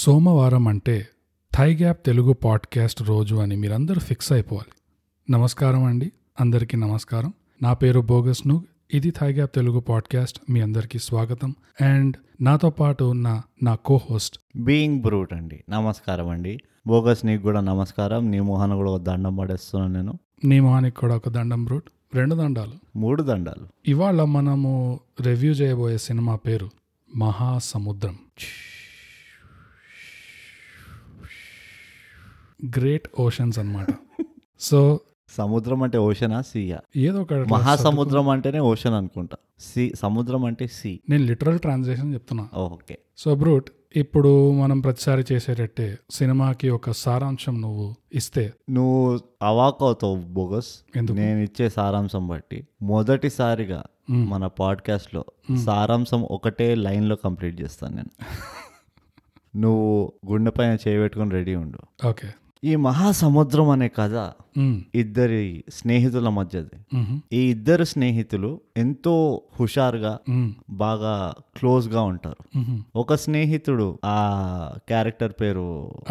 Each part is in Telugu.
సోమవారం అంటే థై గ్యాప్ తెలుగు పాడ్కాస్ట్ రోజు అని మీరందరూ ఫిక్స్ అయిపోవాలి నమస్కారం అండి అందరికీ నమస్కారం నా పేరు బోగస్ నూగ్ ఇది థై గ్యాప్ తెలుగు పాడ్కాస్ట్ మీ అందరికీ స్వాగతం అండ్ నాతో పాటు ఉన్న నా కో హోస్ట్ బీయింగ్ బ్రూట్ అండి నమస్కారం అండి బోగస్ నీకు కూడా నమస్కారం నీ మొహాన్ని కూడా ఒక దండం పడేస్తున్నాను నేను నీ మొహానికి కూడా ఒక దండం బ్రూట్ రెండు దండాలు మూడు దండాలు ఇవాళ మనము రివ్యూ చేయబోయే సినిమా పేరు మహాసముద్రం గ్రేట్ ఓషన్స్ అన్నమాట సో సముద్రం అంటే ఓషనా సీయా ఏదో ఒక అట్లా మహాసముద్రం అంటేనే ఓషన్ అనుకుంటా సీ సముద్రం అంటే సీ నేను లిటరల్ ట్రాన్సాక్షన్ చెప్తున్నా ఓకే సో బ్రూట్ ఇప్పుడు మనం ప్రతిసారి చేసేటట్టే సినిమాకి ఒక సారాంశం నువ్వు ఇస్తే నువ్వు అవాక్ అవుతావు బోగస్ ఎందుకు? నేను ఇచ్చే సారాంశం బట్టి మొదటిసారిగా మన podcast లో సారాంశం ఒకటే line లో కంప్లీట్ చేస్తాను నేను నువ్వు గుండె పైన చేయబెట్టుకుని రెడీ ఉండు ఓకే ఈ మహాసముద్రం అనే కథ ఉమ్, ఇద్దరి స్నేహితుల మధ్యది మ్హూ, ఈ ఇద్దరు స్నేహితులు ఎంతో హుషారుగా ఉమ్, బాగా క్లోజ్ గా ఉంటారు మ్హూ. ఒక స్నేహితుడు ఆ క్యారెక్టర్ పేరు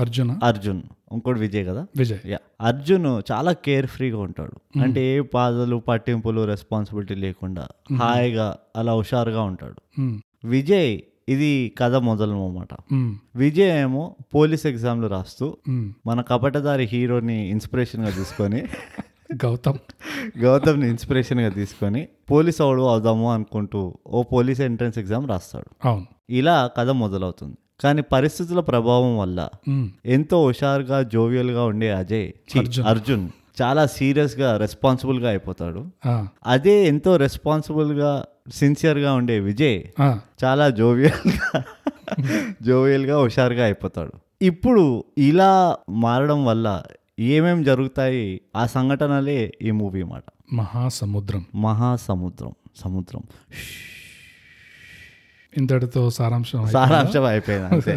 అర్జున అర్జున్ ఇంకోటి విజయ్ కదా విజయ్ యా అర్జున్ చాలా కేర్ ఫ్రీగా ఉంటాడు అంటే ఏ బాధలు పట్టింపులు రెస్పాన్సిబిలిటీ లేకుండా హాయిగా అలా హుషారుగా ఉంటాడు ఉమ్, విజయ్ ఇది కథ మొదలు అన్నమాట ఉమ్, విజయ్ ఏమో పోలీస్ ఎగ్జామ్లు రాస్తూ ఉమ్. మన కపటదారి హీరోని ఇన్స్పిరేషన్గా తీసుకొని గౌతమ్ గౌతమ్ని ఇన్స్పిరేషన్గా తీసుకొని పోలీస్ అవడు అవుదాము అనుకుంటూ ఓ పోలీస్ ఎంట్రన్స్ ఎగ్జామ్ రాస్తాడు అవును ఇలా కథ మొదలవుతుంది కానీ పరిస్థితుల ప్రభావం వల్ల ఉమ్, ఎంతో హుషారుగా జోవియల్గా ఉండే అజయ్ ఛీ, అర్జున్ చాలా సీరియస్గా రెస్పాన్సిబుల్గా అయిపోతాడు ఆ, అదే ఎంతో రెస్పాన్సిబుల్గా సిన్సియర్గా ఉండే విజయ్ ఆ, చాలా జోవియల్గా జోవియల్గా హుషారుగా అయిపోతాడు ఇప్పుడు ఇలా మారడం వల్ల ఏమేం జరుగుతాయి ఆ సంఘటనలే ఈ మూవీ మాట మహాసముద్రం మహాసముద్రం సముద్రం ఇంతటితో సారాంశం అయి- సారాంశం అయిపోయింది అంతే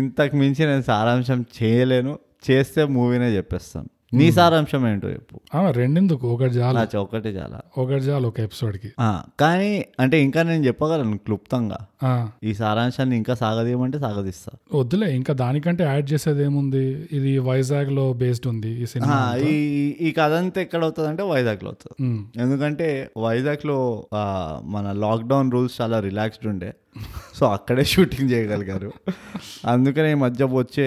ఇంతకు మించి నేను సారాంశం చేయలేను చేస్తే మూవీనే చెప్పేస్తాను నీ సారాంశం ఏంటో చెప్పు ఆ, రెండెందుకు ఒకటి చాలు నా చౌకటే చాలా ఒకటి చాలు ఒక ఎపిసోడ్కి ఆ, కానీ అంటే ఇంకా నేను చెప్పగలను క్లుప్తంగా ఆ, ఈ సారాంశాన్ని ఇంకా సాగదీయమంటే సాగదీస్తా వద్దులే ఇంకా దానికంటే యాడ్ చేసేది ఏముంది ఇది వైజాగ్ లో బేస్డ్ ఉంది ఈ ఆ, సినిమా ఈ ఈ కథ అంతా ఎక్కడ అవుతుంది అంటే వైజాగ్లో అవుతుంది ఉమ్, ఎందుకంటే వైజాగ్లో ఆ, మన లాక్డౌన్ రూల్స్ చాలా రిలాక్స్డ్ ఉండే సో అక్కడే షూటింగ్ చేయగలిగారు అందుకనే ఈ మధ్య వచ్చే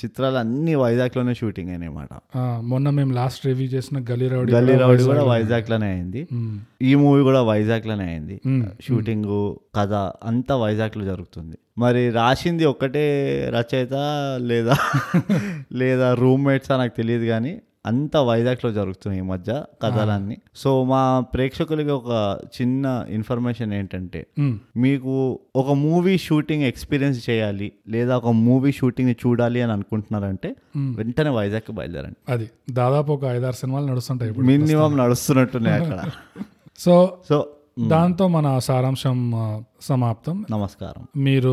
చిత్రాలు అన్నీ వైజాగ్లోనే షూటింగ్ అయినాయి అన్నమాట ఆ, మొన్న మేము లాస్ట్ రివ్యూ చేసిన గలీ రౌడీ గల్లీ రౌడీ కూడా వైజాగ్లోనే అయింది ఉమ్, ఈ మూవీ కూడా వైజాగ్లోనే అయింది ఉమ్, షూటింగ్ కథ అంతా వైజాగ్లో జరుగుతుంది మరి రాసింది ఒక్కటే రచయిత లేదా లేదా రూమ్మేట్సా నాకు తెలియదు కానీ అంతా వైజాగ్లో జరుగుతున్నాయి ఈ మధ్య కథలన్నీ సో మా ప్రేక్షకులకి ఒక చిన్న ఇన్ఫర్మేషన్ ఏంటంటే ఉమ్, మీకు ఒక మూవీ షూటింగ్ ఎక్స్పీరియన్స్ చేయాలి లేదా ఒక మూవీ షూటింగ్ని చూడాలి అని అనుకుంటున్నారంటే వెంటనే వైజాగ్కి బయలుదేరండి అది దాదాపు ఒక ఐదారు సినిమాలు నడుస్తుంటాయి ఇప్పుడు మినిమం నడుస్తున్నట్టున్నాయి అక్కడ సో సో దాంతో మన సారాంశం ఆ, సమాప్తం నమస్కారం మీరు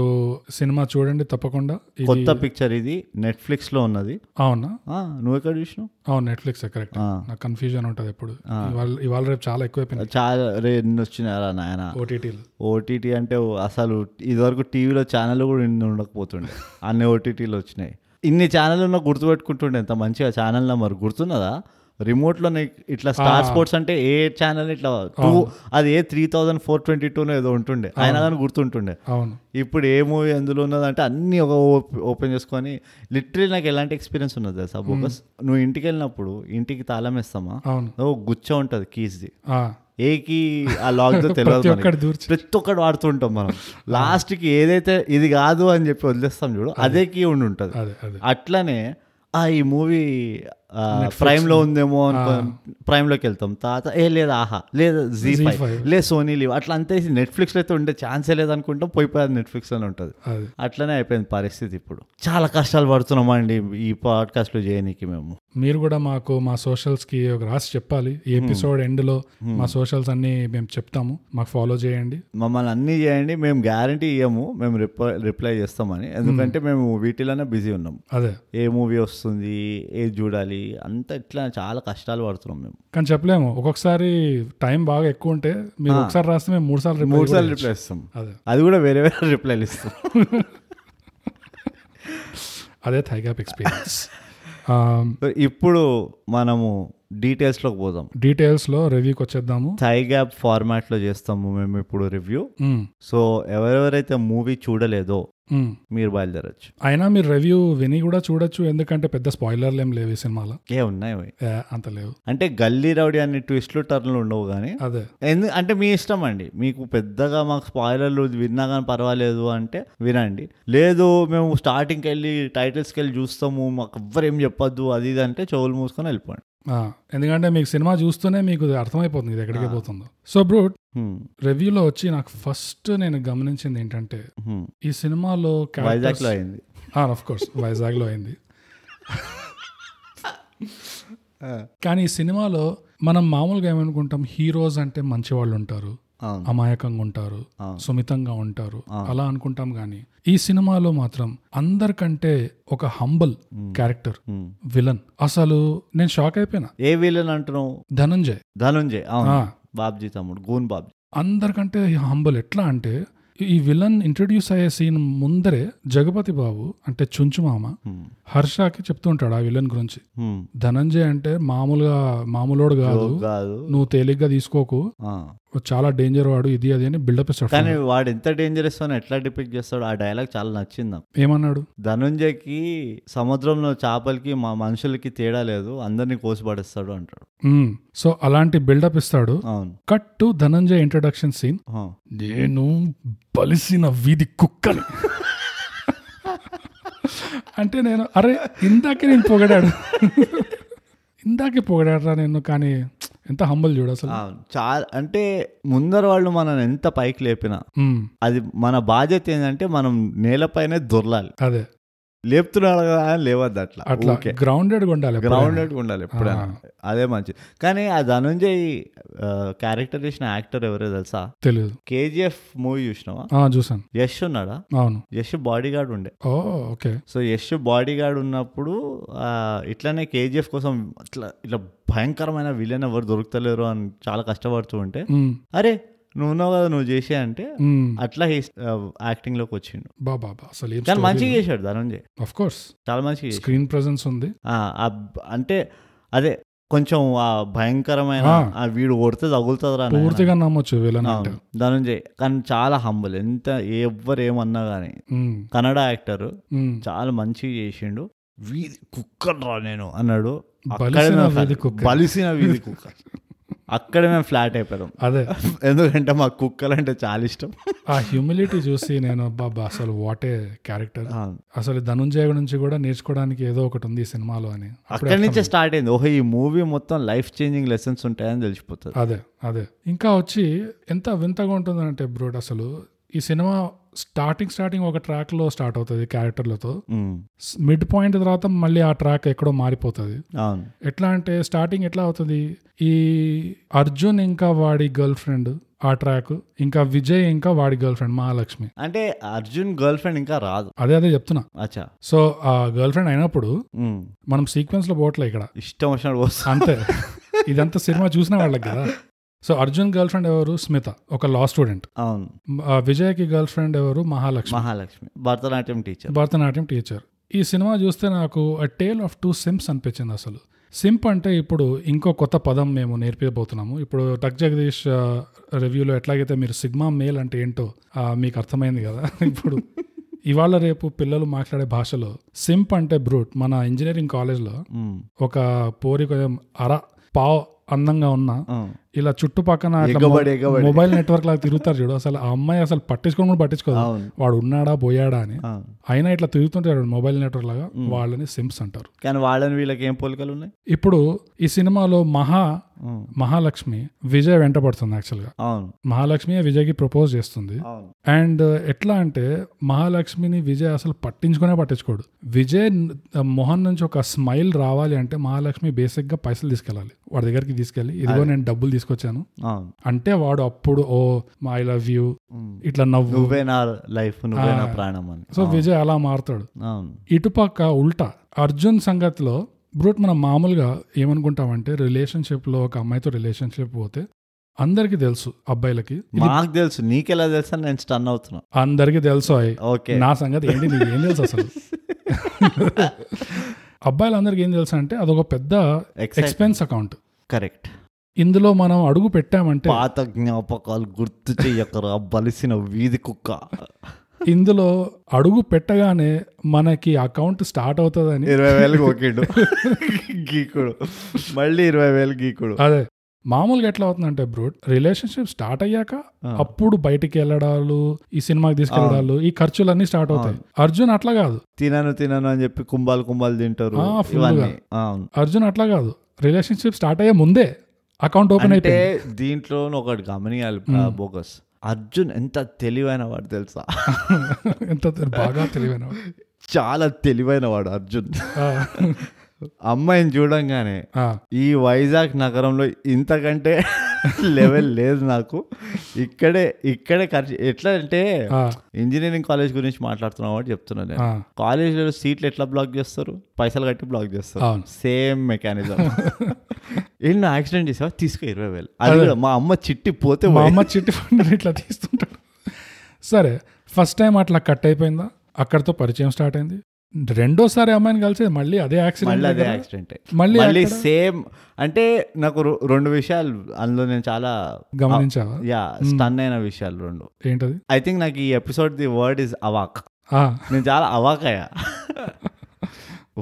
సినిమా చూడండి తప్పకుండా ఇది- కొత్త పిక్చర్ ఇది నెట్ఫ్లిక్స్ లో ఉన్నది అవునా ఆ, నువ్వు ఎక్కడ చూసినావు అవును నెట్ఫ్లిక్స్ కరెక్ట్ ఆ. నాకు కన్ఫ్యూజన్ ఉంటుంది ఎప్పుడు ఇవాళ ఇవాళ రేపు చాలా ఎక్కువైపోయింది చాలా రే ఎన్ని వచ్చినారా నాయన ఓటీటీలు ఓటీటీ అంటే అసలు ఇదివరకు టీవీలో ఛానల్ కూడా ఇన్ని ఉండకపోతుండే అన్ని ఓటీటీలు వచ్చినాయి ఇన్ని ఛానల్ ఉన్నా గుర్తుపెట్టుకుంటుండే ఎంత మంచిగా ఛానల్ నెంబర్ గుర్తున్నదా రిమోట్లో నీకు ఇట్లా స్టార్ స్పోర్ట్స్ అంటే ఏ ఛానల్ ఇట్లా టూ అది ఏ త్రీ థౌజండ్ ఫోర్ ట్వంటీ టూనో ఏదో ఉంటుండే ఆయన కానీ గుర్తుంటుండే అవును ఇప్పుడు ఏ మూవీ అందులో ఉన్నదంటే అన్నీ ఒక ఓప్- ఓపెన్ చేసుకొని లిటరీ నాకు ఎలాంటి ఎక్స్పీరియన్స్ ఉన్నది తెలుసా బోకస్ నువ్వు ఇంటికి వెళ్ళినప్పుడు ఇంటికి తాళం వేస్తామా అవును ఓ గుచ్చ ఉంటుంది కీస్ది ఆ, ఏ కీ ఆ లాక్ తో తెలియదు ప్రతి ఒక్కటి మనకి. దూర్చి ప్రతి ఒక్కటి వాడుతుంటాం మనం లాస్ట్ కి ఏదైతే ఇది కాదు అని చెప్పి వదిలేస్తాం చూడు అదే కీ ఉండి ఉంటుంది అదే అదే అట్లనే ఆ ఈ మూవీ ప్రైమ్ లో ఉందేమో అనుకో- ప్రైమ్ లోకి వెళ్తాం తర్వాత ఏ లేదు ఆహా లేదు జీ ఫైవ్ five. లేదు సోనీ లీవ్ అట్లా అంతే నెట్ఫ్లిక్స్ లో అయితే ఉండే ఛాన్సే లేదనుకుంటాం పోయి నెట్ఫ్లిక్స్ లోనే ఉంటుంది అదే అట్లనే అయిపోయింది పరిస్థితి ఇప్పుడు చాలా కష్టాలు పడుతున్నామండి ఈ పాడ్కాస్ట్ లో చేయనీకి మేము మీరు కూడా మాకు మా సోషల్స్ కి ఒక రాసి చెప్పాలి ఈ ఎపిసోడ్ ఎండ్ లో మా సోషల్స్ అన్ని మేము చెప్తాము మాకు ఫాలో చేయండి మమ్మల్ని అన్నీ చేయండి మేము గ్యారంటీ ఇవ్వము మేము రిప్లై రిప్లై చేస్తామని ఎందుకంటే మేము వీటిలోనే బిజీ ఉన్నాం అదే ఏ మూవీ వస్తుంది ఏది చూడాలి అంతా ఇట్లా చాలా కష్టాలు పడుతున్నాం మేము కానీ చెప్పలేము ఒక్కొక్కసారి టైం బాగా ఎక్కువ ఉంటే మీరు ఒకసారి రాస్తే మేము మూడు సార్లు మూడు సార్లు రిప్లై ఇస్తాం అదే అది కూడా వేరే వేరే రిప్లైలు ఇస్తాం అదే థైగ్యాప్ ఎక్స్పీరియన్స్ సో ఇప్పుడు మనము డీటెయిల్స్లోకి పోదాం డీటెయిల్స్లో రివ్యూకి వచ్చేద్దాము థై గ్యాప్ ఫార్మాట్లో చేస్తాము మేము ఇప్పుడు రివ్యూ మ్మ్, సో ఎవరెవరైతే మూవీ చూడలేదో మ్మ్. మీరు బయలుదేరచ్చు అయినా మీరు రివ్యూ విని కూడా చూడొచ్చు ఎందుకంటే పెద్ద స్పాయిలర్లు ఏం లేవు ఈ సినిమాలో ఏ ఉన్నాయి అవి. ఏ, అంత లేవు అంటే గల్లీ రౌడీ అనే ట్విస్ట్లు టర్న్లు ఉండవు కానీ అదే ఎందు అంటే మీ ఇష్టం అండి మీకు పెద్దగా మాకు స్పాయిలర్లు విన్నా కానీ పర్వాలేదు అంటే వినండి లేదు మేము స్టార్టింగ్కి వెళ్ళి టైటిల్స్కి వెళ్ళి చూస్తాము మాకు ఎవ్వరేం చెప్పొద్దు అది ఇది అంటే చెవులు మూసుకొని వెళ్ళిపోండి ఆ, ఎందుకంటే మీకు సినిమా చూస్తూనే మీకు అర్థమైపోతుంది ఇది ఎక్కడికి పోతుందో సో బ్రూట్ హ్మ్. రివ్యూలో వచ్చి నాకు ఫస్ట్ నేను గమనించింది ఏంటంటే హ్మ్. ఈ సినిమాలో వైజాగ్లో అయింది ఆఫ్ కోర్స్ Ah, వైజాగ్లో అయింది కానీ ఈ సినిమాలో మనం మామూలుగా ఏమనుకుంటాం హీరోస్ అంటే మంచి వాళ్ళు ఉంటారు అవును అమాయకంగా ఉంటారు ఆ. సుమితంగా ఉంటారు అలా అనుకుంటాం కానీ ఈ సినిమాలో మాత్రం అందరికంటే ఒక హంబల్ క్యారెక్టర్ హ్మ్. విలన్ అసలు నేను షాక్ అయిపోయినా ఏ విలన్ అంటున్నావు ధనంజయ్ ధనుంజయ్ అవును ఆ, బాబ్జీ తమ్ముడు గూన్ బాబ్జీ అందరికంటే హంబల్ ఎట్లా అంటే ఈ విలన్ ఇంట్రడ్యూస్ అయ్యే సీన్ ముందరే జగపతి బాబు అంటే చుంచు మామ హ్మ్. హర్షకి చెప్తూ ఉంటాడు ఆ విలన్ గురించి హ్మ్. ధనంజయ్ అంటే మామూలుగా మామూలోడు కాదు జోక్ కాదు నువ్వు తేలిగ్గా తీసుకోకు ఆ. చాలా డేంజర్ వాడు ఇది అది అని బిల్డప్ ఇస్తాడు కానీ వాడు ఎంత డేంజరస్ అని ఎట్లా డిపిక్ట్ చేస్తాడు ఆ డైలాగ్ చాలా నచ్చింది నాకు ఏమన్నాడు ధనుంజయకి సముద్రంలో చేపలకి మా మనుషులకి తేడా లేదు అందరినీ కోసిపడేస్తాడు అంటాడు మ్మ్. సో అలాంటి బిల్డప్ ఇస్తాడు అవును cut to Dhananjay introduction scene ఆ. నేను బలిసిన వీధి కుక్కని అంటే నేను అరే ఇందాకే నేను పొగడాడు ఇందాకే పొగడాడరా నేను కానీ ఎంత హంబల్ చూడు అసలు అవును చాలా అంటే ముందర వాళ్ళు మనం ఎంత పైకి లేపినా మ్మ్. అది మన బాధ్యత ఏంటంటే మనం నేలపైనే దొర్లాలి అదే లేపుతున్నాడు కదా అని లేవద్దు అట్లా అట్లా ఓకే గ్రౌండెడ్ ఉండాలి గ్రౌండెడ్ ఉండాలి ఎప్పుడైనా అదే మంచిది కానీ ఆ ధనుంజయ్ క్యారెక్టర్ చేసిన యాక్టర్ ఎవరో తెలుసా తెలియదు కేజీఎఫ్ మూవీ చూసినావా ఆ, చూసాను యష్ ఉన్నాడా అవును యష్ బాడీ గార్డ్ ఉండే ఓ okay so Yash bodyguard ఉన్నప్పుడు ఆ, ఇట్లానే కేజీఎఫ్ కోసం ఇట్లా ఇట్లా భయంకరమైన విలన్ ఎవరు దొరుకుతలేరు అని చాలా కష్టపడుతూ ఉంటే మ్మ్. అరే నువ్వు ఉన్నావు కదా నువ్వు చేసే అంటే మ్మ్. అట్లా యాక్టింగ్ లోకి వచ్చిండు Hmm, బా బా బా అసలు ఏం కానీ మంచిగా చేశాడు ధనంజయ్ ఆఫ్ కోర్స్ చాలా మంచిగా చేశాడు స్క్రీన్ ప్రెజెన్స్ ఉంది ఆ, ఆ బ్- అంటే అదే కొంచెం ఆ భయంకరమైన ఆ. ఆ వీడు కొడితే తగులుతుందిరా నాయనా. పూర్తిగా నమ్మొచ్చు విలన్ అవును. అంటే ధనంజయ్ కానీ చాలా హంబుల్ ఎంత ఎవరు ఏమన్నా కానీ మ్మ్. కన్నడ యాక్టర్ మ్మ్. చాలా మంచిగా చేసిండు వీధి కుక్కర్రా నేను అన్నాడు బలిసిన అక్కడే మేము వీధి ఫ్లా- కుక్క. బలిసిన వీధి కుక్క అక్కడే మేము ఫ్లాట్ అయిపోయాం అదే ఎందుకంటే మాకు కుక్కలు అంటే చాలా ఇష్టం ఆ హ్యూమిలిటీ చూసి నేను బాబా అసలు వాటే క్యారెక్టర్ ఆ, అసలు ధనుంజయ నుంచి కూడా నేర్చుకోవడానికి ఏదో ఒకటి ఉంది ఈ సినిమాలో అని అప్పుడే అక్కడి నుంచే స్టార్ట్ అయింది ఓహో ఈ మూవీ మొత్తం లైఫ్ చేంజింగ్ లెసన్స్ ఉంటాయని తెలిసిపోతుంది అదే అదే ఇంకా వచ్చి ఎంత వింతగా ఉంటుందంటే బ్రోడ్ అసలు ఈ సినిమా స్టార్టింగ్ స్టార్టింగ్ ఒక ట్రాక్ లో స్టార్ట్ అవుతుంది క్యారెక్టర్లతో ఉమ్, మిడ్ పాయింట్ తర్వాత మళ్ళీ ఆ ట్రాక్ ఎక్కడో మారిపోతుంది అవును ఎట్లా అంటే స్టార్టింగ్ ఎట్లా అవుతుంది ఈ అర్జున్ ఇంకా వాడి గర్ల్ ఫ్రెండ్ ఆ ట్రాక్ ఇంకా విజయ్ ఇంకా వాడి గర్ల్ ఫ్రెండ్ మహాలక్ష్మి అంటే అర్జున్ గర్ల్ ఫ్రెండ్ ఇంకా రాదు అదే అదే చెప్తున్నా అచ్చా సో ఆ గర్ల్ ఫ్రెండ్ అయినప్పుడు ఉమ్, మనం సీక్వెన్స్ లో పోవట్లే ఇక్కడ ఇష్టం వచ్చినట్టు వస్తా అంతే ఇదంతా సినిమా చూసిన వాళ్ళకి కదా సో అర్జున్ గర్ల్ ఫ్రెండ్ ఎవరు స్మిత ఒక లా స్టూడెంట్ అవును ఆ విజయ్కి గర్ల్ ఫ్రెండ్ ఎవరు మహాలక్ష్మి మహాలక్ష్మి భరతనాట్యం టీచర్ భరతనాట్యం టీచర్ ఈ సినిమా చూస్తే నాకు a tale of two sims అనిపించింది అసలు సింప్ అంటే ఇప్పుడు ఇంకో కొత్త పదం మేము నేర్పించబోతున్నాము ఇప్పుడు టక్ జగదీష్ ఆ, రివ్యూలో ఎట్లాగైతే మీరు సిగ్మా మేల్ అంటే ఏంటో ఆ, మీకు అర్థమైంది కదా ఇప్పుడు ఇవాళ రేపు పిల్లలు మాట్లాడే భాషలో సింప్ అంటే బ్రూట్ మన ఇంజనీరింగ్ కాలేజ్లో ఒక పోరి కొంచెం అర పావ్ అందంగా ఉన్నా ఇలా చుట్టుపక్కన అట్లా మొ- ఎగ్గబడి, ఎగ్గబడి. మొబైల్ నెట్వర్క్ లాగా తిరుగుతారు చూడు అసలు ఆ అమ్మాయి అసలు పట్టించుకోని కూడా పట్టించుకోదు అవును వాడు ఉన్నాడా పోయాడా అని అవును అయినా ఇట్లా తిరుగుతుంటారు మొబైల్ నెట్వర్క్ లాగా వాళ్ళని సిమ్స్ అంటారు కానీ వాళ్ళని వీళ్ళకి ఏం పోలికలు ఉన్నాయి ఇప్పుడు ఈ సినిమాలో మహా ఉమ్, మహాలక్ష్మి విజయ్ వెంట పడుతుంది యాక్చువల్గా అవును మహాలక్ష్మి విజయ్కి ప్రపోజ్ చేస్తుంది అవును అండ్ ఎట్లా అంటే మహాలక్ష్మిని విజయ్ అసలు పట్టించుకునే పట్టించుకోడు విజయ్ న- మొహం నుంచి ఒక స్మైల్ రావాలి అంటే మహాలక్ష్మి బేసిక్గా పైసలు తీసుకెళ్ళాలి వాడి దగ్గరికి తీసుకెళ్ళి ఇదిగో నేను డబ్బులు తీసుకొచ్చాను అవును అంటే వాడు అప్పుడు ఓ ఐ లవ్ యూ ఉమ్. ఇట్లా నవ్వు నువ్వే నా లైఫ్ నువ్వే నా ప్రాణం అని సో విజయ్ అలా మారుతాడు అవును ఇటుపక్క ఉల్టా అర్జున్ సంగతిలో బ్రూట్ మనం మామూలుగా ఏమనుకుంటామంటే రిలేషన్షిప్లో ఒక అమ్మాయితో రిలేషన్షిప్ పోతే అందరికీ తెలుసు అబ్బాయిలకి మాకు తెలుసు నీకెలా తెలుసు అని నేను స్టన్ అవుతున్నా అందరికీ తెలుసు అయ్యి. ఓకే నా సంగతి ఏంటి నీకు ఏం తెలుసు అసలు అబ్బాయిలందరికీ ఏం తెలుసా అంటే అదొక పెద్ద ఎక్స్పెన్స్ అకౌంట్ కరెక్ట్ ఇందులో మనం అడుగు పెట్టామంటే పాత జ్ఞాపకాలు గుర్తు చెయ్యకరా బలిసిన వీధి కుక్క ఇందులో అడుగు పెట్టగానే మనకి అకౌంట్ స్టార్ట్ అవుతుందని ఇరవై వేలు ఓకేడు గీకుడు మళ్ళీ ఇరవై వేలు గీకుడు అదే మామూలుగా ఎట్లా అవుతుందంటే బ్రూట్ రిలేషన్షిప్ స్టార్ట్ అయ్యాక అప్పుడు బయటికి వెళ్ళడాలు ఈ సినిమాకి తీసుకెళ్ళడాలు ఈ ఖర్చులన్నీ స్టార్ట్ అవుతాయి అర్జున్ అట్లా కాదు తినను తినను అని చెప్పి కుంభాలు కుంభాలు తింటారు ఆ, full గా. ఇవన్నీ అవును అర్జున్ అట్లా కాదు రిలేషన్షిప్ స్టార్ట్ అయ్యే ముందే అకౌంట్ ఓపెన్ అంటే అయిపోయింది దీంట్లో ఒకటి గమనియాలి బోగస్ అర్జున్ ఎంత తెలివైన వాడు తెలుసా ఎంత బాగా తెలివైన వాడు. చాలా తెలివైన వాడు అర్జున్ ఆ, అమ్మాయిని చూడంగానే ఆ, ఈ వైజాగ్ నగరంలో ఇంతకంటే లెవెల్ లేదు నాకు ఇక్కడే ఇక్కడే ఖర్చు ఎట్లా అంటే ఆ, ఇంజనీరింగ్ కాలేజ్ గురించి మాట్లాడుతున్నాం అని చెప్తున్నాను నేను ఆ. కాలేజీలో సీట్లు ఎట్లా బ్లాక్ చేస్తారు పైసలు కట్టి బ్లాక్ చేస్తారు అవును. సేమ్ మెకానిజం ఏంటి యాక్సిడెంట్ చేసావా తీసుకో ఇరవై వేలు అది కూడా మా అమ్మ చిట్టి పోతే మా అమ్మ చిట్టి ఫండ్ ఇట్లా తీస్తుంటాడు సరే ఫస్ట్ టైం అట్లా కట్ అయిపోయిందా అక్కడితో పరిచయం స్టార్ట్ అయింది రెండోసారి అమ్మాయిని కలిసి మళ్ళీ అదే మళ్ళీ యాక్సిడెంట్ అదే యాక్సిడెంట్ మళ్ళీ మళ్ళీ అక్కడ సేమ్ అంటే నాకు రొ- రెండు విషయాలు అందులో నేను చాలా గమనించావా యా స్టన్ అయిన విషయాలు రెండు ఏంటది ఐ థింక్ నాకు ఈ ఎపిసోడ్ ది వర్డ్ ఇస్ అవాక్ ఆ, నేను చాలా అవాక్ అయ్యా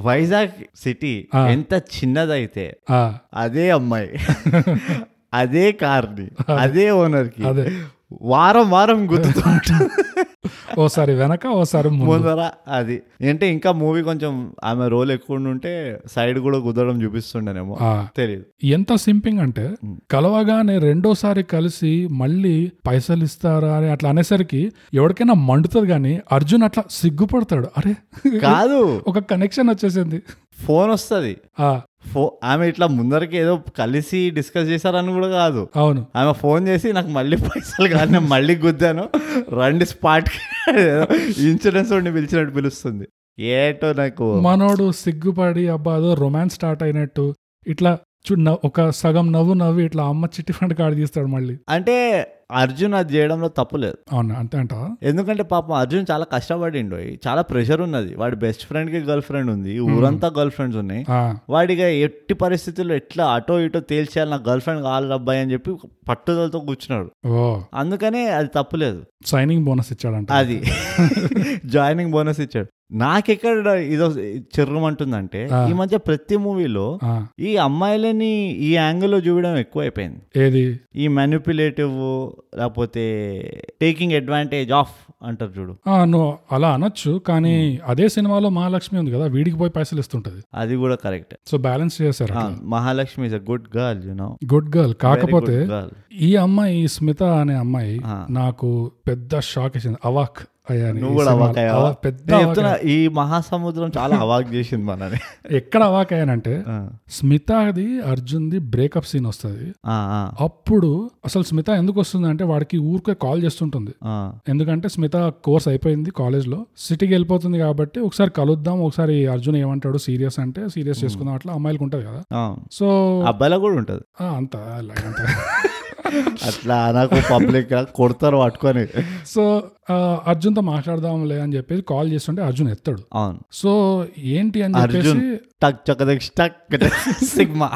వైజాగ్ సిటీ ఆ. ఎంత చిన్నదైతే ఆ, అదే అమ్మాయి అదే కార్ని అదే ఓనర్కి అదే వారం వారం గుర్తుంటుంది ఓసారి వెనక ఓసారి ముందు ముందర అది అంటే ఇంకా మూవీ కొంచెం ఆమె రోల్ ఎక్కువ ఉంటే సైడ్ కూడా కుదరడం చూపిస్తుండేనేమో ఆ, తెలియదు ఎంత సింపింగ్ అంటే కలవగానే రెండోసారి కలిసి మళ్ళీ పైసలు ఇస్తారా అని అట్లా అనేసరికి ఎవరికైనా మండుతుంది కానీ అర్జున్ అట్లా సిగ్గుపడతాడు అరే కాదు ఒక కనెక్షన్ వచ్చేసింది ఫోన్ వస్తుంది ఆ ఫో ఆమె ఇట్లా ముందరకి ఏదో కలిసి డిస్కస్ చేశారని కూడా కాదు అవును ఆమె ఫోన్ చేసి నాకు మళ్ళీ పైసలు కాదు నేను మళ్ళీ గుద్దాను రండి స్పాట్కి ఇన్సూరెన్స్ వాడిని పిలిచినట్టు పిలుస్తుంది ఏటో నాకు మనోడు సిగ్గుపడి అబ్బా అదో రొమాన్స్ స్టార్ట్ అయినట్టు ఇట్లా చూడు నవ్వు- ఒక సగం నవ్వు నవ్వి ఇట్లా అమ్మ చిట్టి ఫండ్ కార్డు తీస్తాడు మళ్ళీ అంటే అర్జున్ అది చేయడంలో తప్పులేదు అవునా అంతే అంటావా ఎందుకంటే పాపం అర్జున్ చాలా కష్టపడిండు చాలా ప్రెషర్ ఉన్నది వాడి బెస్ట్ ఫ్రెండ్కి గర్ల్ ఫ్రెండ్ ఉంది ఊరంతా గర్ల్ ఫ్రెండ్స్ ఉన్నాయి ఆ, వాడిగా ఎట్టి పరిస్థితుల్లో ఎట్లా అటో ఇటో తేల్చేయాలి నాకు గర్ల్ ఫ్రెండ్ కావాలి అబ్బాయి అని చెప్పి పట్టుదలతో కూర్చున్నాడు ఓ అందుకనే అది తప్పులేదు సైనింగ్ బోనస్ ఇచ్చాడంట అది జాయినింగ్ బోనస్ ఇచ్చాడు నాకెక్కడ ఇదో చెర్రమంటుందంటే ఆ. ఈ మధ్య ప్రతి మూవీలో ఆ, ఈ అమ్మాయిలని ఈ యాంగిల్లో చూడడం ఎక్కువైపోయింది ఏది ఈ మ్యానిపులేటివ్ లేకపోతే టేకింగ్ అడ్వాంటేజ్ ఆఫ్ అంటారు చూడు ఆ, నువ్వు అలా అనొచ్చు కానీ అదే సినిమాలో మహాలక్ష్మి ఉంది కదా వీడికి పోయి పైసలు ఇస్తుంటది అది కూడా కరెక్ట్ సో బ్యాలెన్స్ చేశారు Mahalakshmi is a good girl you know good girl కాకపోతే గర్ల్ ఈ అమ్మాయి ఈ స్మిత అనే అమ్మాయి ఆ. నాకు పెద్ద షాక్ ఇచ్చింది అవాక్ అయ్యాను ఈ నువ్వు కూడా సినిమాలో. అవాక్ అయ్యావా? అవాక్, పెద్ద నేను అవాక్ చెప్తున్నా ఈ మహాసముద్రం చాలా అవాక్ చేసింది మనని అయ్యాను. ఎక్కడ అవాక్ అయ్యానంటే ఆ, స్మితది అర్జున్ది బ్రేకప్ సీన్ వస్తుంది ఆ, ఆ, అప్పుడు అసలు స్మిత ఎందుకు వస్తుంది అంటే వాడికి ఊరికే కాల్ చేస్తుంటుంది ఆ. ఎందుకంటే స్మిత కోర్స్ అయిపోయింది కాలేజ్లో సిటీకి వెళ్ళిపోతుంది కాబట్టి ఒకసారి కలుద్దాం ఒకసారి అర్జున్ ఏమంటాడు సీరియస్ అంటే సీరియస్ చేసుకుందాం అట్లా అమ్మాయిలకు ఉంటుంది కదా ఆ. సో అబ్బాయిలకు కూడా ఉంటుంది ఆ, అంత అలాగే అంత అట్లా నాకు పబ్లిక్ కొడతారు పట్టుకొని సో ఆ, అర్జున్తో మాట్లాడదాంలే అని చెప్పేసి కాల్ చేస్తుంటే అర్జున్ ఎత్తాడు అవును సో ఏంటి అని చెప్పేసి అర్జున్ టక్ చక దక్ టక్ సిగ్మా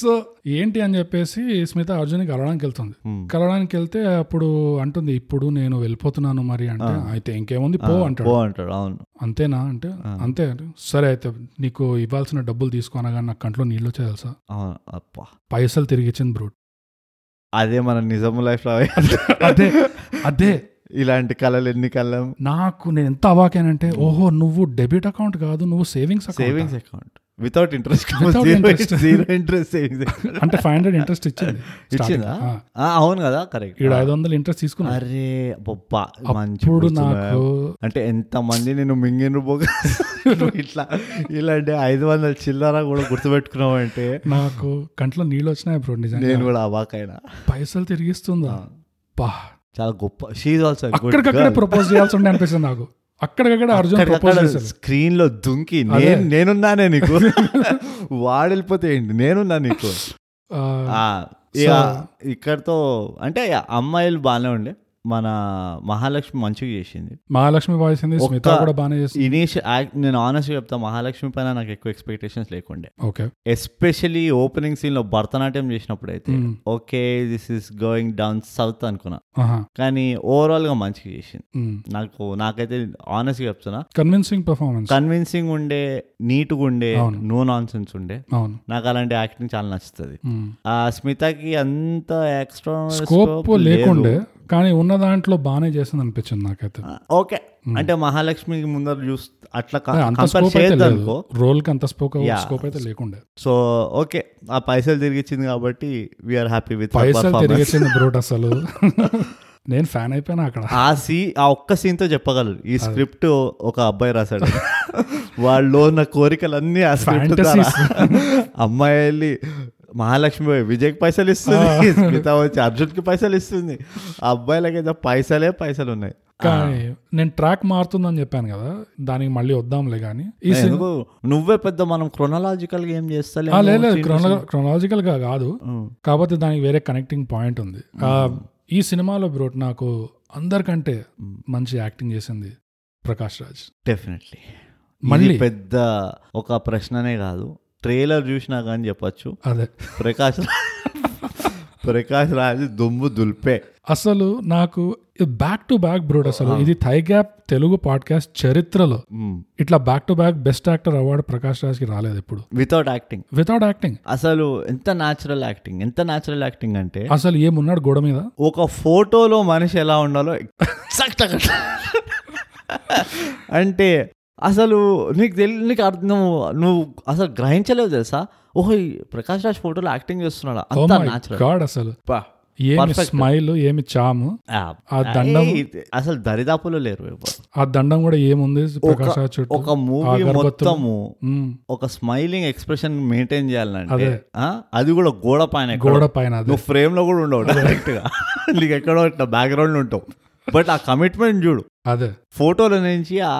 సో ఏంటి అని చెప్పేసి స్మిత అర్జున్ కలవడానికి వెళ్తుంది కలవడానికి వెళ్తే అప్పుడు అంటుంది ఇప్పుడు నేను వెళ్ళిపోతున్నాను మరి అంటే అయితే ఇంకేముంది పో అంటాడు పో అంటాడు అవును అంతేనా అంటే అంతే అంటే, సరే అయితే నీకు ఇవ్వాల్సిన డబ్బులు తీసుకోనగా నాకు కంట్లో నీళ్ళు వచ్చే తెలుసా అవును అప్పా పైసలు తిరిగి ఇచ్చింది బ్రూట్ అదే మన నిజం లైఫ్ లో అదే అదే ఇలాంటి కళలు ఎన్ని కళ్ళం నాకు నేను ఎంత అవాకేనంటే ఓహో నువ్వు డెబిట్ అకౌంట్ కాదు నువ్వు savings savings account without interest Without interest. Zero interest savings అంటే ఫైవ్ హండ్రెడ్ ఇంట్రెస్ట్ ఇచ్చింది starting. ఇచ్చిందా ఆ, ఆ, అవును కదా కరెక్ట్ ఈడ ఐదు వందలు ఇంట్రెస్ట్ తీసుకున్నా అరే బొబ్బా మంచి అప్పుడు గుర్తున్నాయా? నాకు అంటే ఎంత మంది నేను మింగిన పోగా నువ్వు ఇట్లా ఇలాంటి ఐదు వందల చిల్లర కూడా గుర్తుపెట్టుకున్నావు అంటే నాకు కంట్లో నీళ్ళు వచ్చినాయి బ్రో నిజంగా నేను కూడా అవాకైనా పైసలు తిరిగిస్తుందా బా చాలా గొప్ప షీఈ్ ఆల్సో అక్కడికక్కడే ప్రపోజ్ చేయాల్సి ఉండే అనిపిస్తుంది నాకు అక్కడికక్కడ అర్జున్ ప్రపోజ్ చేశాడు స్క్రీన్ లో దుంకి నేను నేనున్నానే నీకు వాడు వెళ్ళిపోతే ఏంటి నేనున్నా నీకు ఆ, ఆ, ఇక ఇక్కడతో అంటే అమ్మాయిలు బాగానే ఉండే మన మహాలక్ష్మి మంచిగా చేసింది మహాలక్ష్మి వాయిస్ ఏంది స్మిత ఒక్క- కూడా బాగానే చేస్తుంది ఇనీషియల్ యాక్ట్ నేను ఆనెస్ట్గా చెప్తా మహాలక్ష్మి పైన నాకు ఎక్కువ ఎక్స్పెక్టేషన్స్ లేకుండే ఓకే ఎస్పెషలీ ఓపెనింగ్ సీన్లో భరతనాట్యం చేసినప్పుడు అయితే Hmm. Okay this is going down south అనుకున్నా ఆహా కానీ ఓవరాల్గా మంచిగా చేసింది Hmm. నాకు నాకైతే ఆనెస్ట్గా చెప్తున్నా కన్విన్సింగ్ పర్ఫార్మెన్స్ కన్విన్సింగ్ ఉండే నీట్గా ఉండే అవును. నో నాన్సెన్స్ ఉండే అవును Hmm. నాకు అలాంటి యాక్టింగ్ చాలా నచ్చుతుంది ఆ స్మితకి అంత ఎక్స్ట్రా స్కోప్ లేకుండే కానీ ఉన్న దాంట్లో బాగానే చేసింది అనిపించింది నాకైతే ఓకే అంటే మహాలక్ష్మికి ముందర చూస్ అట్లా అంత కంపేర్ స్కోప్ అయితే చేయొద్దు లేదు అనుకో రోల్ కి అంత స్కోప్ Yeah. స్కోప్ అయితే లేకుండే సో ఓకే ఆ పైసలు తిరిగిచ్చింది కాబట్టి వీఆర్ హ్యాపీ విత్ పైసలు తిరిగేసింది బ్రోట్ అసలు నేను ఫ్యాన్ అయిపోయినా అక్కడ ఆ సీ ఆ ఒక్క scene తో చెప్పగలరు ఈ స్క్రిప్ట్ ఒక అబ్బాయి రాశాడు వాళ్ళు ఉన్న కోరికలన్నీ ఆ స్క్రిప్ట్ ద్వారా Fantasies. అమ్మాయి వెళ్ళి మహాలక్ష్మి పోయి విజయ్కి పైసలు ఇస్తుంది మిగతా వచ్చి అర్జున్కి పైసలు ఇస్తుంది ఆ అబ్బాయిలకైతే పైసలే పైసలు ఉన్నాయి కానీ నేను ట్రాక్ మారుతుందని చెప్పాను కదా దానికి మళ్ళీ వద్దాంలే కానీ ఈ సినిమా ఎందుకు నువ్వే పెద్ద మనం క్రొనలాజికల్ గా ఏం చేస్తలేము లేదు క్రొనాలజికల్ గా కాదు ఉం. కాకపోతే దానికి వేరే కనెక్టింగ్ పాయింట్ ఉంది ఆ, ఈ సినిమాలో బ్రోట్ నాకు అందరికంటే మంచి యాక్టింగ్ చేసింది ప్రకాష్ రాజ్ డెఫినెట్లీ మళ్ళీ మళ్ళీ పెద్ద ఒక ప్రశ్ననే కాదు ట్రైలర్ చూసినా కానీ చెప్పొచ్చు అదే ప్రకాష్ రా- ప్రకాష్ రాజ్ దుమ్ము దుల్పే అసలు నాకు బ్యాక్ టు బ్యాక్ బ్రోడ్ అసలు ఇది థై గ్యాప్ తెలుగు పాడ్కాస్ట్ చరిత్రలో ఇట్లా back to back best actor award Prakash Raj కి రాలేదు ఇప్పుడు వితౌట్ యాక్టింగ్ వితౌట్ యాక్టింగ్ అసలు ఎంత న్యాచురల్ యాక్టింగ్ ఎంత న్యాచురల్ యాక్టింగ్ అంటే అసలు ఏమున్నాడు గోడ మీద ఒక ఫోటోలో మనిషి ఎలా ఉండాలో exact గా అట్లా. అంటే అసలు నీకు తెలి నీకు అర్థం నువ్వు నువ్వు అసలు గ్రహించలేవు తెలుసా ఓహో ఈ ప్రకాష్ రాజ్ ఫోటోలో యాక్టింగ్ చేస్తున్నాడా ఓ అంత మై న్యాచురల్ గాడ్ Oh అసలు ఏమి Perfect. స్మైల్ ఏమి చాము ఆ దండం- అసలు దరిదాపులో లేరు ఇప్పుడు. ఆ దండం కూడా ఏముంది ప్రకాష్ రాజ్ చుట్టూ ఒక మూవీ అగరబత్తులు. మొత్తము ఉమ్, ఒక స్మైలింగ్ ఎక్స్ప్రెషన్ మెయింటైన్ చేయాలంటే అదే. ఆ, అది కూడా గోడ పైన ఎక్కడో. గోడ పైన అదే నువ్వు ఫ్రేమ్ లో కూడా ఉండవు డైరెక్ట్ గా నీకు ఎక్కడో ఇట్లా బ్యాక్గ్రౌండ్ ఉంటావు బట్ ఆ కమిట్మెంట్ చూడు అదే ఫోటోల నుంచి ఆ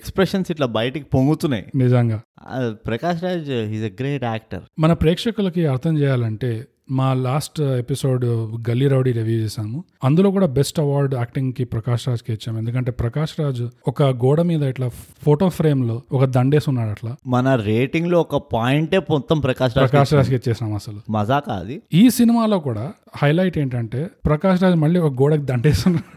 ఎక్స్ప్రెషన్స్ ఇట్లా బయటికి పొంగుతున్నాయి నిజంగా ఆ, Prakash Raj is a great actor మన ప్రేక్షకులకి అర్థం చేయాలంటే మా last episode Gully Rowdy review చేశాము అందులో కూడా బెస్ట్ అవార్డ్ యాక్టింగ్ కి ప్రకాష్ రాజ్ కి ఇచ్చాము ఎందుకంటే ప్రకాష్ రాజ్ ఒక గోడ మీద ఇట్లా ఫోటో ఫ్రేమ్ లో ఒక దండేసి ఉన్నాడు అట్లా మన రేటింగ్ లో ఒక పాయింటే మొత్తం ప్రకాష్ రాజ్ ప్రకాష్ రాజ్ కి ఇచ్చేసాం అసలు మజాకా అది ఈ సినిమాలో కూడా హైలైట్ ఏంటంటే ప్రకాష్ రాజ్ మళ్ళీ ఒక గోడకి దండేస్తున్నాడు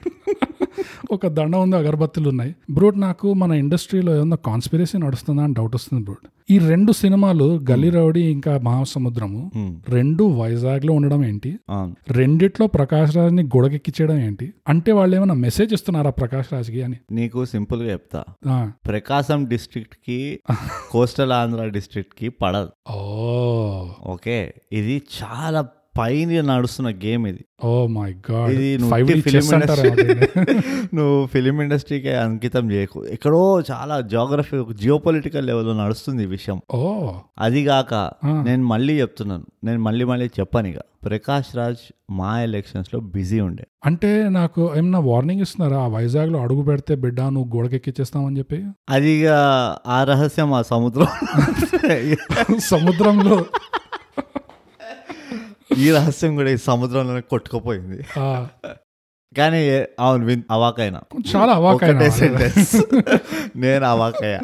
ఒక దండ ఉంది అగరబత్తులు ఉన్నాయి బ్రూట్ నాకు మన ఇండస్ట్రీలో ఏమన్నా కాన్స్పిరసీ నడుస్తుందా అని డౌట్ వస్తుంది బ్రూట్ ఈ రెండు సినిమాలు గల్లీ రౌడీ ఇంకా మహాసముద్రము ఉమ్, రెండు వైజాగ్ లో ఉండడం ఏంటి అవును. రెండిట్లో ప్రకాష్ రాజ్ని గొడకెక్కించడం ఏంటి అంటే వాళ్ళు ఏమైనా మెసేజ్ ఇస్తున్నారా ప్రకాష్ రాజ్కి అని నీకు సింపుల్ గా చెప్తా ఆ, ప్రకాశం డిస్ట్రిక్ట్ కి కోస్టల్ ఆంధ్ర డిస్ట్రిక్ట్ కి పడదు ఓ ఓకే ఇది చాలా పైన నడుస్తున్న గేమ్ ఇది ఓ మై గాడ్ ఇది నువ్వు ఫైవ్ film చేస్తారా నువ్వు ఫిలిం ఇండస్ట్రీకి అంకితం చేయకు ఎక్కడో చాలా జాగ్రఫీ జియో పొలిటికల్ లెవెల్లో నడుస్తుంది ఈ విషయం ఓ అది కాక ఆ. నేను మళ్ళీ చెప్తున్నాను నేను మళ్ళీ మళ్ళీ చెప్పాను ఇక ప్రకాష్ రాజ్ మా ఎలక్షన్స్ లో బిజీ ఉండే అంటే నాకు ఏమన్నా వార్నింగ్ ఇస్తున్నారా ఆ వైజాగ్ లో అడుగు పెడితే బిడ్డ నువ్వు గోడకెక్కిచ్చేస్తామని చెప్పి అది ఇక ఆ రహస్యం ఆ సముద్రం సముద్రంలో ఈ రహస్యం కూడా ఈ సముద్రంలోనే కొట్టుకుపోయింది ఆ, కానీ అవును విన్ అవాకైనా చాలా అవాకైనా ఒకటే సెంటెన్స్ నేను అవాకయ్య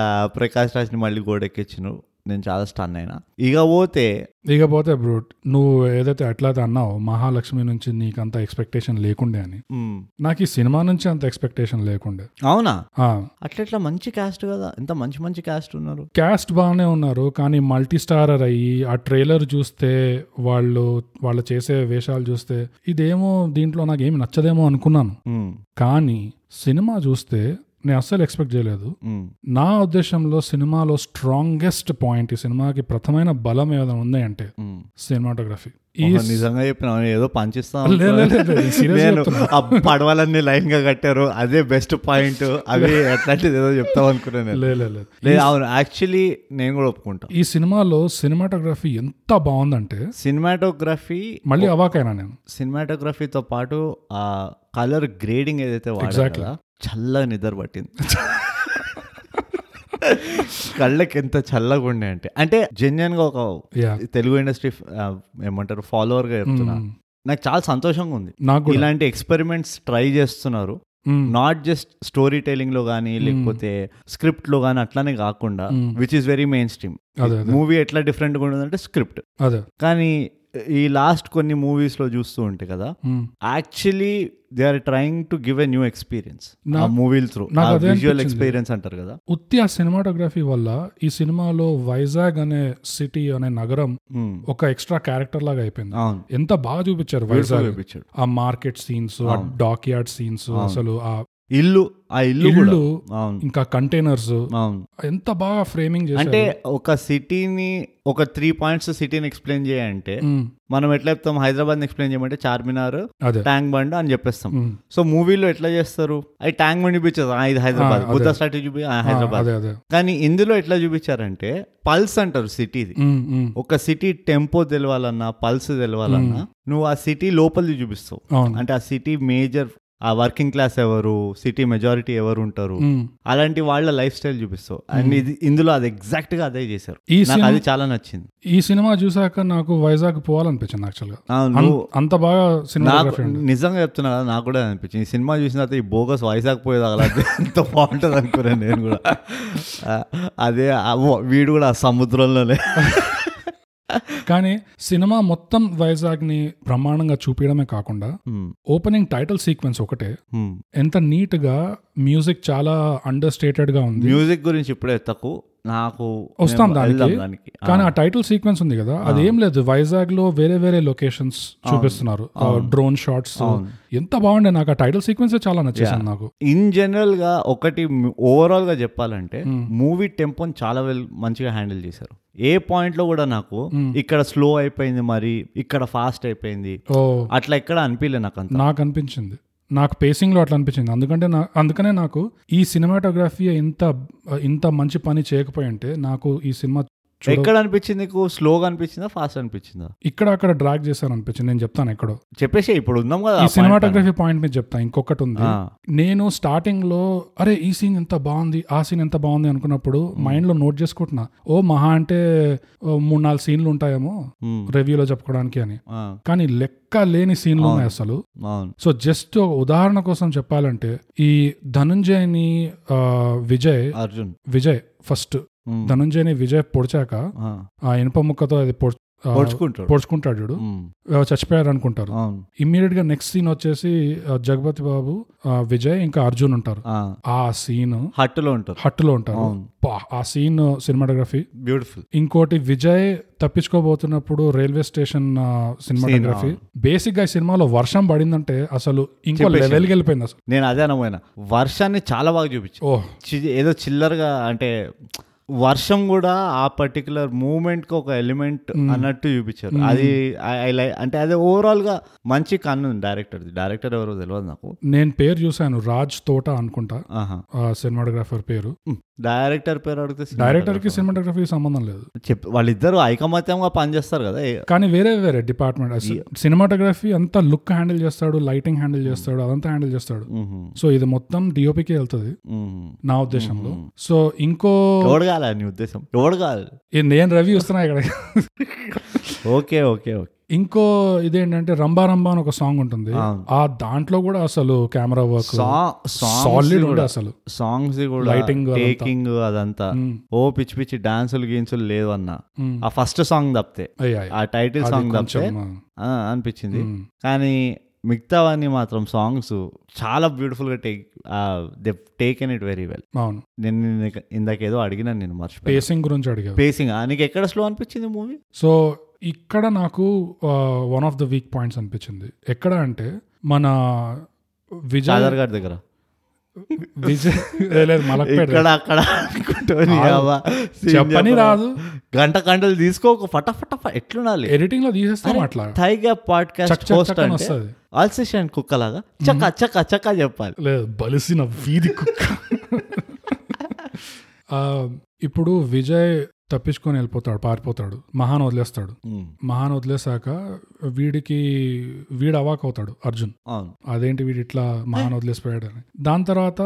ఆ, ప్రకాష్ రాజ్ని మళ్ళీ గోడెక్కించను నేను చాలా స్టన్ అయినా ఇక పోతే ఇకపోతే బ్రూట్ నువ్వు ఏదైతే అట్లయితే అన్నావు మహాలక్ష్మి నుంచి నీకంత ఎక్స్పెక్టేషన్ లేకుండే అని మ్, నాకు ఈ సినిమా నుంచి అంత ఎక్స్పెక్టేషన్ లేకుండే అవునా ఆ, అట్లా ఇట్లా మంచి క్యాస్ట్ కదా ఎంత మంచి మంచి క్యాస్ట్ ఉన్నారు క్యాస్ట్ బాగానే ఉన్నారు కానీ మల్టీ స్టారర్ అయ్యి ఆ ట్రైలర్ చూస్తే వాళ్ళు వాళ్ళు చేసే వేషాలు చూస్తే ఇదేమో దీంట్లో నాకు ఏమి నచ్చదేమో అనుకున్నాను మ్, కానీ సినిమా చూస్తే నేను అస్సలు ఎక్స్పెక్ట్ చేయలేదు మ్, నా ఉద్దేశంలో సినిమాలో స్ట్రాంగెస్ట్ పాయింట్ ఈ సినిమాకి ప్రథమైన బలం ఏదైనా ఉంది అంటే మ్. సినిమాటోగ్రఫీ ఈ ఓహో, నిజంగా చెప్పిన ఏదో పనిచేస్తా లే- లే- లే- లే, serious నేను చెప్తున్నా. ఆ పడవలన్నీ లైన్ గా కట్టారు అదే బెస్ట్ పాయింట్ అవి అట్లాంటిది ఏదో చెప్తాం అనుకున్నాను నేను. లే- లే- లే. లేదు అవును యాక్చువల్లీ నేను కూడా ఒప్పుకుంటా ఈ సినిమాలో సినిమాటోగ్రఫీ ఎంత బాగుందంటే సినిమాటోగ్రఫీ మళ్ళీ అవాకైనా నేను సినిమాటోగ్రఫీతో పాటు ఆ కలర్ గ్రేడింగ్ ఏదైతే వాడారు Exactly. కదా చల్లగా నిద్ర పట్టింది కళ్ళకి ఎంత చల్లగా ఉండే అంటే అంటే జెన్యున్ గా ఒక యా తెలుగు ఇండస్ట్రీ ఏమంటారు ఫాలోవర్ గా చెప్తున్నా నాకు చాలా సంతోషంగా ఉంది నాకు Hmm. కూడా ఇలాంటి ఎక్స్పెరిమెంట్స్ ట్రై చేస్తున్నారు మ్, నాట్ జస్ట్ స్టోరీ టెలింగ్ లో కానీ Hmm. లేకపోతే స్క్రిప్ట్ లో కానీ అట్లానే కాకుండా మ్మ్. Which is very mainstream Hmm. అదే అదే మూవీ ఎట్లా డిఫరెంట్ గా ఉంటుందంటే స్క్రిప్ట్ అదే కానీ ఈ లాస్ట్ కొన్ని మూవీస్ లో చూస్తూ ఉంటే కదా మ్, actually they are trying to give a new experience ఆ నాకు- మూవీల త్రూ నాకు అదే విజువల్ అనిపించింది. ఎక్స్పీరియన్స్ అంటారు కదా ఉత్తి ఆ సినిమాటోగ్రఫీ వల్ల ఈ సినిమాలో వైజాగ్ అనే సిటీ అనే నగరం మ్మ్. ఒక ఎక్స్ట్రా క్యారెక్టర్ లాగా అయిపోయింది అవును ఎంత బాగా చూపించారు Beautiful వైజాగ్ చూపించాడు. ఆ మార్కెట్ సీన్స్ ఆ అవును. డాక్ యార్డ్ సీన్స్ అవును. అసలు ఆ ఇల్లు ఆ ఇల్లు కూడా ఇల్లు అవును ఇంకా కంటైనర్స్ అవును ఎంత బాగా ఫ్రేమింగ్ అంటే చేశారు ఒక సిటీని ఒక త్రీ పాయింట్స్ సిటీని ఎక్స్ప్లెయిన్ చేయంటే మ్, చార్మినార్. మనం ఎట్లా చెప్తాం హైదరాబాద్ ఎక్స్ప్లెయిన్ చేయమంటే చార్మినార్ అదే ట్యాంక్ బండ్ అని చెప్పేస్తాం మ్, సో మూవీలో ఎట్లా చేస్తారు అది ట్యాంక్ బండ్ చూపించారు ఆ, ఇది హైదరాబాద్ అదే. బుద్ధ స్టాట్యూ చూపి ఆ, ఆ, హైదరాబాద్ అదే అదే కానీ ఇందులో ఎట్లా చూపించారంటే పల్స్ అంటారు సిటీది మ్, మ్, ఒక సిటీ టెంపో తెలవాలన్నా పల్స్ తెలవాలన్నా నువ్వు ఆ సిటీ లోపలిది చూపిస్తావు అవును అంటే ఆ సిటీ మేజర్ ఆ వర్కింగ్ క్లాస్ ఎవరు సిటీ మెజారిటీ ఎవరు ఉంటారు మ్. అలాంటి వాళ్ళ లైఫ్ స్టైల్ చూపిస్తావు అండ్ ఇది ఇందులో అది ఎగ్జాక్ట్ గా అదే చేశారు ఈ నాకు సినిమా అది చాలా నచ్చింది ఈ సినిమా చూసాక నాకు వైజాగ్ పోవాలనిపించింది యాక్చువల్గా ఆ, నువ్వు అంత బాగా నాకు సినిమాటోగ్రఫీ ఉంది నిజంగా చెప్తున్నా కదా నాకు కూడా అనిపించింది ఈ సినిమా చూసిన తర్వాత ఈ బోగస్ వైజాగ్ పోయేది అలా ఎంత బాగుంటుంది అనుకున్నాను నేను కూడా ఆ, అదే ఆ, ఓ, వీడు కూడా ఆ సముద్రంలోనే కానీ సినిమా మొత్తం వైజాగ్ ని బ్రహ్మాండంగా చూపించడమే కాకుండా ఉమ్, ఓపెనింగ్ టైటిల్ సీక్వెన్స్ ఒకటే ఉమ్. ఎంత నీట్ గా మ్యూజిక్ చాలా అండర్ స్టేటెడ్ గా ఉంది మ్యూజిక్ గురించి ఇప్పుడే తక్కువ నాకు వస్తాం నేను దానికి. వెళ్దాం దానికి ఆ, కానీ ఆ టైటిల్ సీక్వెన్స్ ఉంది కదా అది ఏం లేదు వైజాగ్ లో వేరే వేరే లొకేషన్స్ చూపిస్తున్నారు డ్రోన్ షాట్స్ అవును. ఎంత బాగుండే నాకు ఆ టైటిల్ సీక్వెన్స్ చాలా నచ్చేసింది నాకు ఇన్ జనరల్ గా ఒకటి ఓవరాల్ గా చెప్పాలంటే మూవీ టెంపోని చాలా వెల్ మంచిగా హ్యాండిల్ చేశారు ఏ పాయింట్ లో కూడా నాకు ఇక్కడ స్లో అయిపోయింది మరి ఇక్కడ ఫాస్ట్ అయిపోయింది ఓ అట్లా ఎక్కడ అనిపించలేదు నాకు అంత నాకు అనిపించింది నాకు pacing లో అట్లా అనిపించింది అందుకంటే నా అందుకనే నాకు ఈ సినిమాటోగ్రఫీ ఇంత ఇంత మంచి పని చేయకపోయి ఉంటే నాకు ఈ సినిమా చూడ ఎక్కడ అనిపించింది నీకు స్లోగా అనిపించిందా ఫాస్ట్ అనిపించిందా ఇక్కడ అక్కడ డ్రాగ్ చేశాను అనిపించింది నేను చెప్తాను ఎక్కడో చెప్పేసి ఇప్పుడు ఉన్నాం ఈ కదా ఆ point పైన. సినిమాటోగ్రఫీ పాయింట్ మీద చెప్తా ఇంకొకటి ఉంది ఆ, నేను స్టార్టింగ్ లో అరే ఈ సీన్ ఎంత బాగుంది ఆ సీన్ ఎంత బాగుంది అనుకున్నప్పుడు మైండ్ లో నోట్ చేసుకుంటున్నా ఓ మహా అంటే ఓ మూడు నాలుగు సీన్లు ఉంటాయేమో ఉమ్, రివ్యూలో చెప్పుకోవడానికి అని ఆ, కానీ లెక్క లేని సీన్లు అవును. ఉన్నాయి అసలు అవును సో జస్ట్ ఒక ఉదాహరణ కోసం చెప్పాలంటే ఈ ధనుంజయని ఆ, విజయ్ అర్జున్ విజయ్ ఫస్ట్ ఉమ్, ధనుంజయని విజయ్ పొడిచాక ఆ, ఆ ఇనుప ముక్కతో అది పొడ్- ఆ, పొడుచుకుంటాడు పొడుచుకుంటాడు చూడు ఉమ్, ఆ, చచ్చిపోయారు అనుకుంటారు అవును ఇమ్మీడియట్ గా నెక్స్ట్ సీన్ వచ్చేసి ఆ, జగపతి బాబు ఆ, విజయ్ ఇంకా అర్జున్ ఉంటారు ఆ, ఆ సీన్ హట్టులో ఉంటారు హట్ లో ఉంటారు అవును పా, ఆ సీన్ సినిమాటోగ్రఫీ బ్యూటిఫుల్ ఇంకోటి విజయ్ తప్పించుకోబోతున్నప్పుడు రైల్వే స్టేషన్ సినిమాటోగ్రఫీ బేసిక్ గా ఈ సినిమాలో వర్షం పడిందంటే అసలు ఇంకో చెప్పేసి. లెవెల్కి వెళ్ళిపోయింది అసలు నేను అదే అనబోయినా వర్షాన్ని చాలా బాగా చూపించాను ఓ చి- ఏదో చిల్లరగా అంటే వర్షం కూడా ఆ పర్టికులర్ మూమెంట్ కి ఒక ఎలిమెంట్ అన్నట్టు చూపించారు అది I- I like- అంటే అది ఓవరాల్ గా మంచి కన్ను డైరెక్టర్ డైరెక్టర్ ఎవరో తెలియదు నాకు నేను పేరు చూశాను రాజ్ తోట అనుకుంటా ఆహా ఆ సినిమాటోగ్రఫర్ పేరు డైరెక్టర్ పేరు అడిగితే డైరెక్టర్ కి సినిమాటోగ్రఫీ సంబంధం లేదు చెప్ వాళ్ళిద్దరు ఐకమత్యంగా పనిచేస్తారు కదా ఏ- కానీ వేరే వేరే డిపార్ట్మెంట్ సినిమాటోగ్రఫీ అంతా లుక్ హ్యాండిల్ చేస్తాడు లైటింగ్ హ్యాండిల్ చేస్తాడు అదంతా హ్యాండిల్ చేస్తాడు మ్మ్. సో ఇది మొత్తం డిఓపికే వెళ్తుంది మ్మ్. నా ఉద్దేశంలో సో ఇంకో ఎవడు కాలే నీ ఉద్దేశం ఎవడు కాదు ఏ నేను రవి వస్తున్నా ఇక్కడ ఓకే ఓకే ఓకే ఇంకో ఇదేంటంటే రంబా రంబా అని ఒక సాంగ్ ఉంటుంది అవును. ఆ దాంట్లో కూడా అసలు కెమెరా వర్క్ సాలిడ్ సాంగ్స్ ఉంది కూడా అసలు సాంగ్స్ కూడా Lighting అదంతా. టేకింగ్ అదంతా మ్మ్. ఓ పిచ్చి పిచ్చి డాన్సులు గీన్సులు లేవు అన్న మ్మ్. ఆ ఫస్ట్ సాంగ్ తప్పితే అయ్యా, అయ్యా. ఆ టైటిల్ అది సాంగ్ కొంచెం, తప్పితే ఆ, ఆ, అనిపించింది మ్మ్. కానీ మిగతావన్నీ మాత్రం సాంగ్స్ చాలా బ్యూటిఫుల్ గా take they taken it very well అవును నేను నిన్న- ఇందాక ఏదో అడిగినా నేను మర్చిపోయాను పేసింగ్ గురించి అడిగారు పేసింగ్ నీకు ఎక్కడ స్లో అనిపించింది మూవీ సో ఇక్కడ నాకు one of the weak points అనిపించింది ఎక్కడ అంటే మన విజయ్ చాదర్ గారి దగ్గర విజయ్ ఏ లేదు మలక్పేట ఇక్కడ అక్కడ అనుకుంటాను, ఆ, అవ్వ, scene చెప్పని చెప్పరా. రాదు గంట గంటలు తీసుకోక ఫటాఫట ఎట్లుండాలి ఎడిటింగ్ లో తీసేస్తాం అట్లా thigh gap chuck podcast chuck host chuck అని అంటే వస్తుంది ఆల్సేషన్ కుక్కలాగా చక చక చక చెప్పాలి లేదు బలిసిన వీధి కుక్క ఆ, ఇప్పుడు విజయ్ తప్పించుకొని వెళ్ళిపోతాడు పారిపోతాడు మహాన్ వదిలేస్తాడు మహాన్ వదిలేసాక వీడికి వీడు అవాక్ అవుతాడు అర్జున్ అవును అదేంటి వీడు ఇట్లా మహాన్ వదిలేసిపోయాడు అని దాని తర్వాత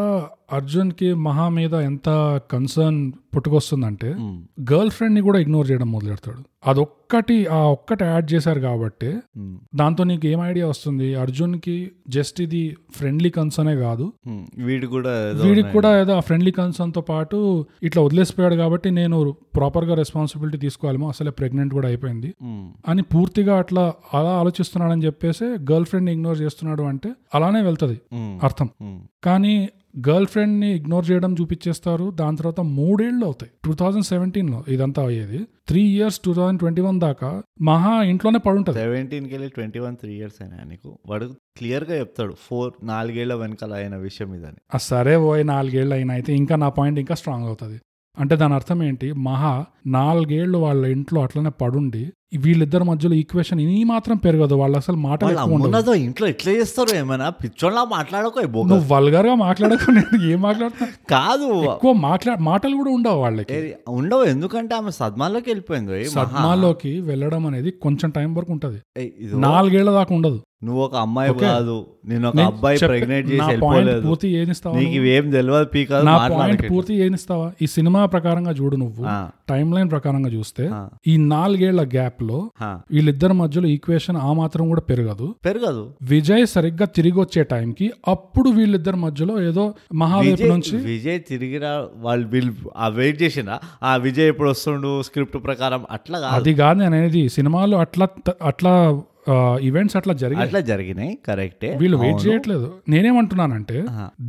అర్జున్కి మహా మీద ఎంత కన్సర్న్ పుట్టుకొస్తుందంటే మ్మ్. గర్ల్ ఫ్రెండ్ని కూడా ఇగ్నోర్ చేయడం మొదలెడతాడు అదొక్కటి ఆ ఒక్కటి యాడ్ చేశారు కాబట్టి మ్మ్. దాంతో నీకు ఏం ఐడియా వస్తుంది అర్జున్కి జస్ట్ ఇది ఫ్రెండ్లీ కన్సర్నే కాదు మ్మ్. వీడు కూడా ఏదో వీడికి ఉన్నాయి. కూడా ఏదో ఆ ఫ్రెండ్లీ కన్సర్న్తో పాటు ఇట్లా వదిలేసిపోయాడు కాబట్టి నేను ప్రాపర్గా రెస్పాన్సిబిలిటీ తీసుకోవాలేమో అసలే ప్రెగ్నెంట్ కూడా అయిపోయింది మ్మ్. అని పూర్తిగా అట్లా అలా ఆలోచిస్తున్నాడని చెప్పేసి గర్ల్ ఫ్రెండ్ ఇగ్నోర్ చేస్తున్నాడు అంటే అలానే వెళ్తుంది మ్మ్. అర్థం మ్మ్. కానీ గర్ల్ ఫ్రెండ్ని ఇగ్నోర్ చేయడం చూపించేస్తారు దాని తర్వాత మూడేళ్ళు అవుతాయి టూ థౌజండ్ సెవెంటీన్లో ఇదంతా అయ్యేది three years two thousand twenty one దాకా మహా ఇంట్లోనే పడుంటది సెవెంటీన్కి వెళ్ళి ట్వంటీ వన్ త్రీ ఇయర్స్ అయినా నీకు వాడు క్లియర్గా చెప్తాడు ఫోర్ నాలుగేళ్ల వెనకాల అయిన విషయం ఇదని ఆ సరే పోయి నాలుగేళ్ళు అయినా అయితే ఇంకా నా పాయింట్ ఇంకా స్ట్రాంగ్ అవుతుంది అంటే దాని అర్థం ఏంటి మహా నాలుగేళ్ళు వాళ్ళ ఇంట్లో అట్లనే పడుండి వీళ్ళిద్దరి మధ్యలో ఈక్వేషన్ ఈ మాత్రం పెరగదు వాళ్ళు అసలు మాటలు వాళ్ళు ఎక్కువ ఉండవు. అమ్మున్నదో ఇంట్లో ఎట్లా చేస్తారు ఏమైనా పిచ్చోళ్ళ మాట్లాడక బోగ నువ్వు వల్గర్ గా మాట్లాడకు నేను ఏం మాట్లాడుతున్నా కాదు ఎక్కువ మాట్లా మాటలు కూడా ఉండవు వాళ్ళకి ఏది- ఉండవు ఎందుకంటే ఆమె సద్మాల్లోకి వెళ్ళిపోయింది ఓయ్ మహా. సద్మాలోకి వెళ్ళడం అనేది కొంచెం టైం వరకు ఉంటది ఏయ్, ఇదో నాలుగేళ్ల దాకా ఉండదు నువ్వు ఒక అమ్మాయి ఓకే. కాదు నేను ఒక నేను అబ్బాయి చెప్పే- ప్రెగ్నెంట్ చేసి నా పాయింట్ వెళ్ళిపోలేదు పూర్తి ఏనిస్తావా నీకు నువ్వు? ఇవేం తెలియదు పీకాదు నా పాయింట్ మాట్లాడక పూర్తి ఏనిస్తావా ఈ సినిమా ప్రకారంగా చూడు నువ్వు ఆ. టైం లైన్ ప్రకారంగా చూస్తే ఆ. ఈ నాలుగేళ్ల గ్యాప్ లో ఆ. వీళ్ళిద్దరి మధ్యలో ఈక్వేషన్ ఆ మాత్రం కూడా పెరగదు పెరగదు విజయ్ సరిగ్గా తిరిగి వచ్చే టైంకి అప్పుడు వీళ్ళిద్దరి మధ్యలో ఏదో మహావేపు విజయ్ నుంచి విజయ్ తిరిగిరా వాళ్ళు వీళ్ళు ఆ వెయిట్ చేసినా ఆ విజయ్ ఇప్పుడు వస్తుండు స్క్రిప్ట్ ప్రకారం అట్లా కాదు అది కాదు నేను అనేది సినిమాలు అట్లా త- అట్లా ఈవెంట్స్ అట్లా జరిగాయి అట్లా జరిగినాయి కరెక్టే వీళ్ళు వెయిట్ చేయట్లేదు నేనేమంటున్నానంటే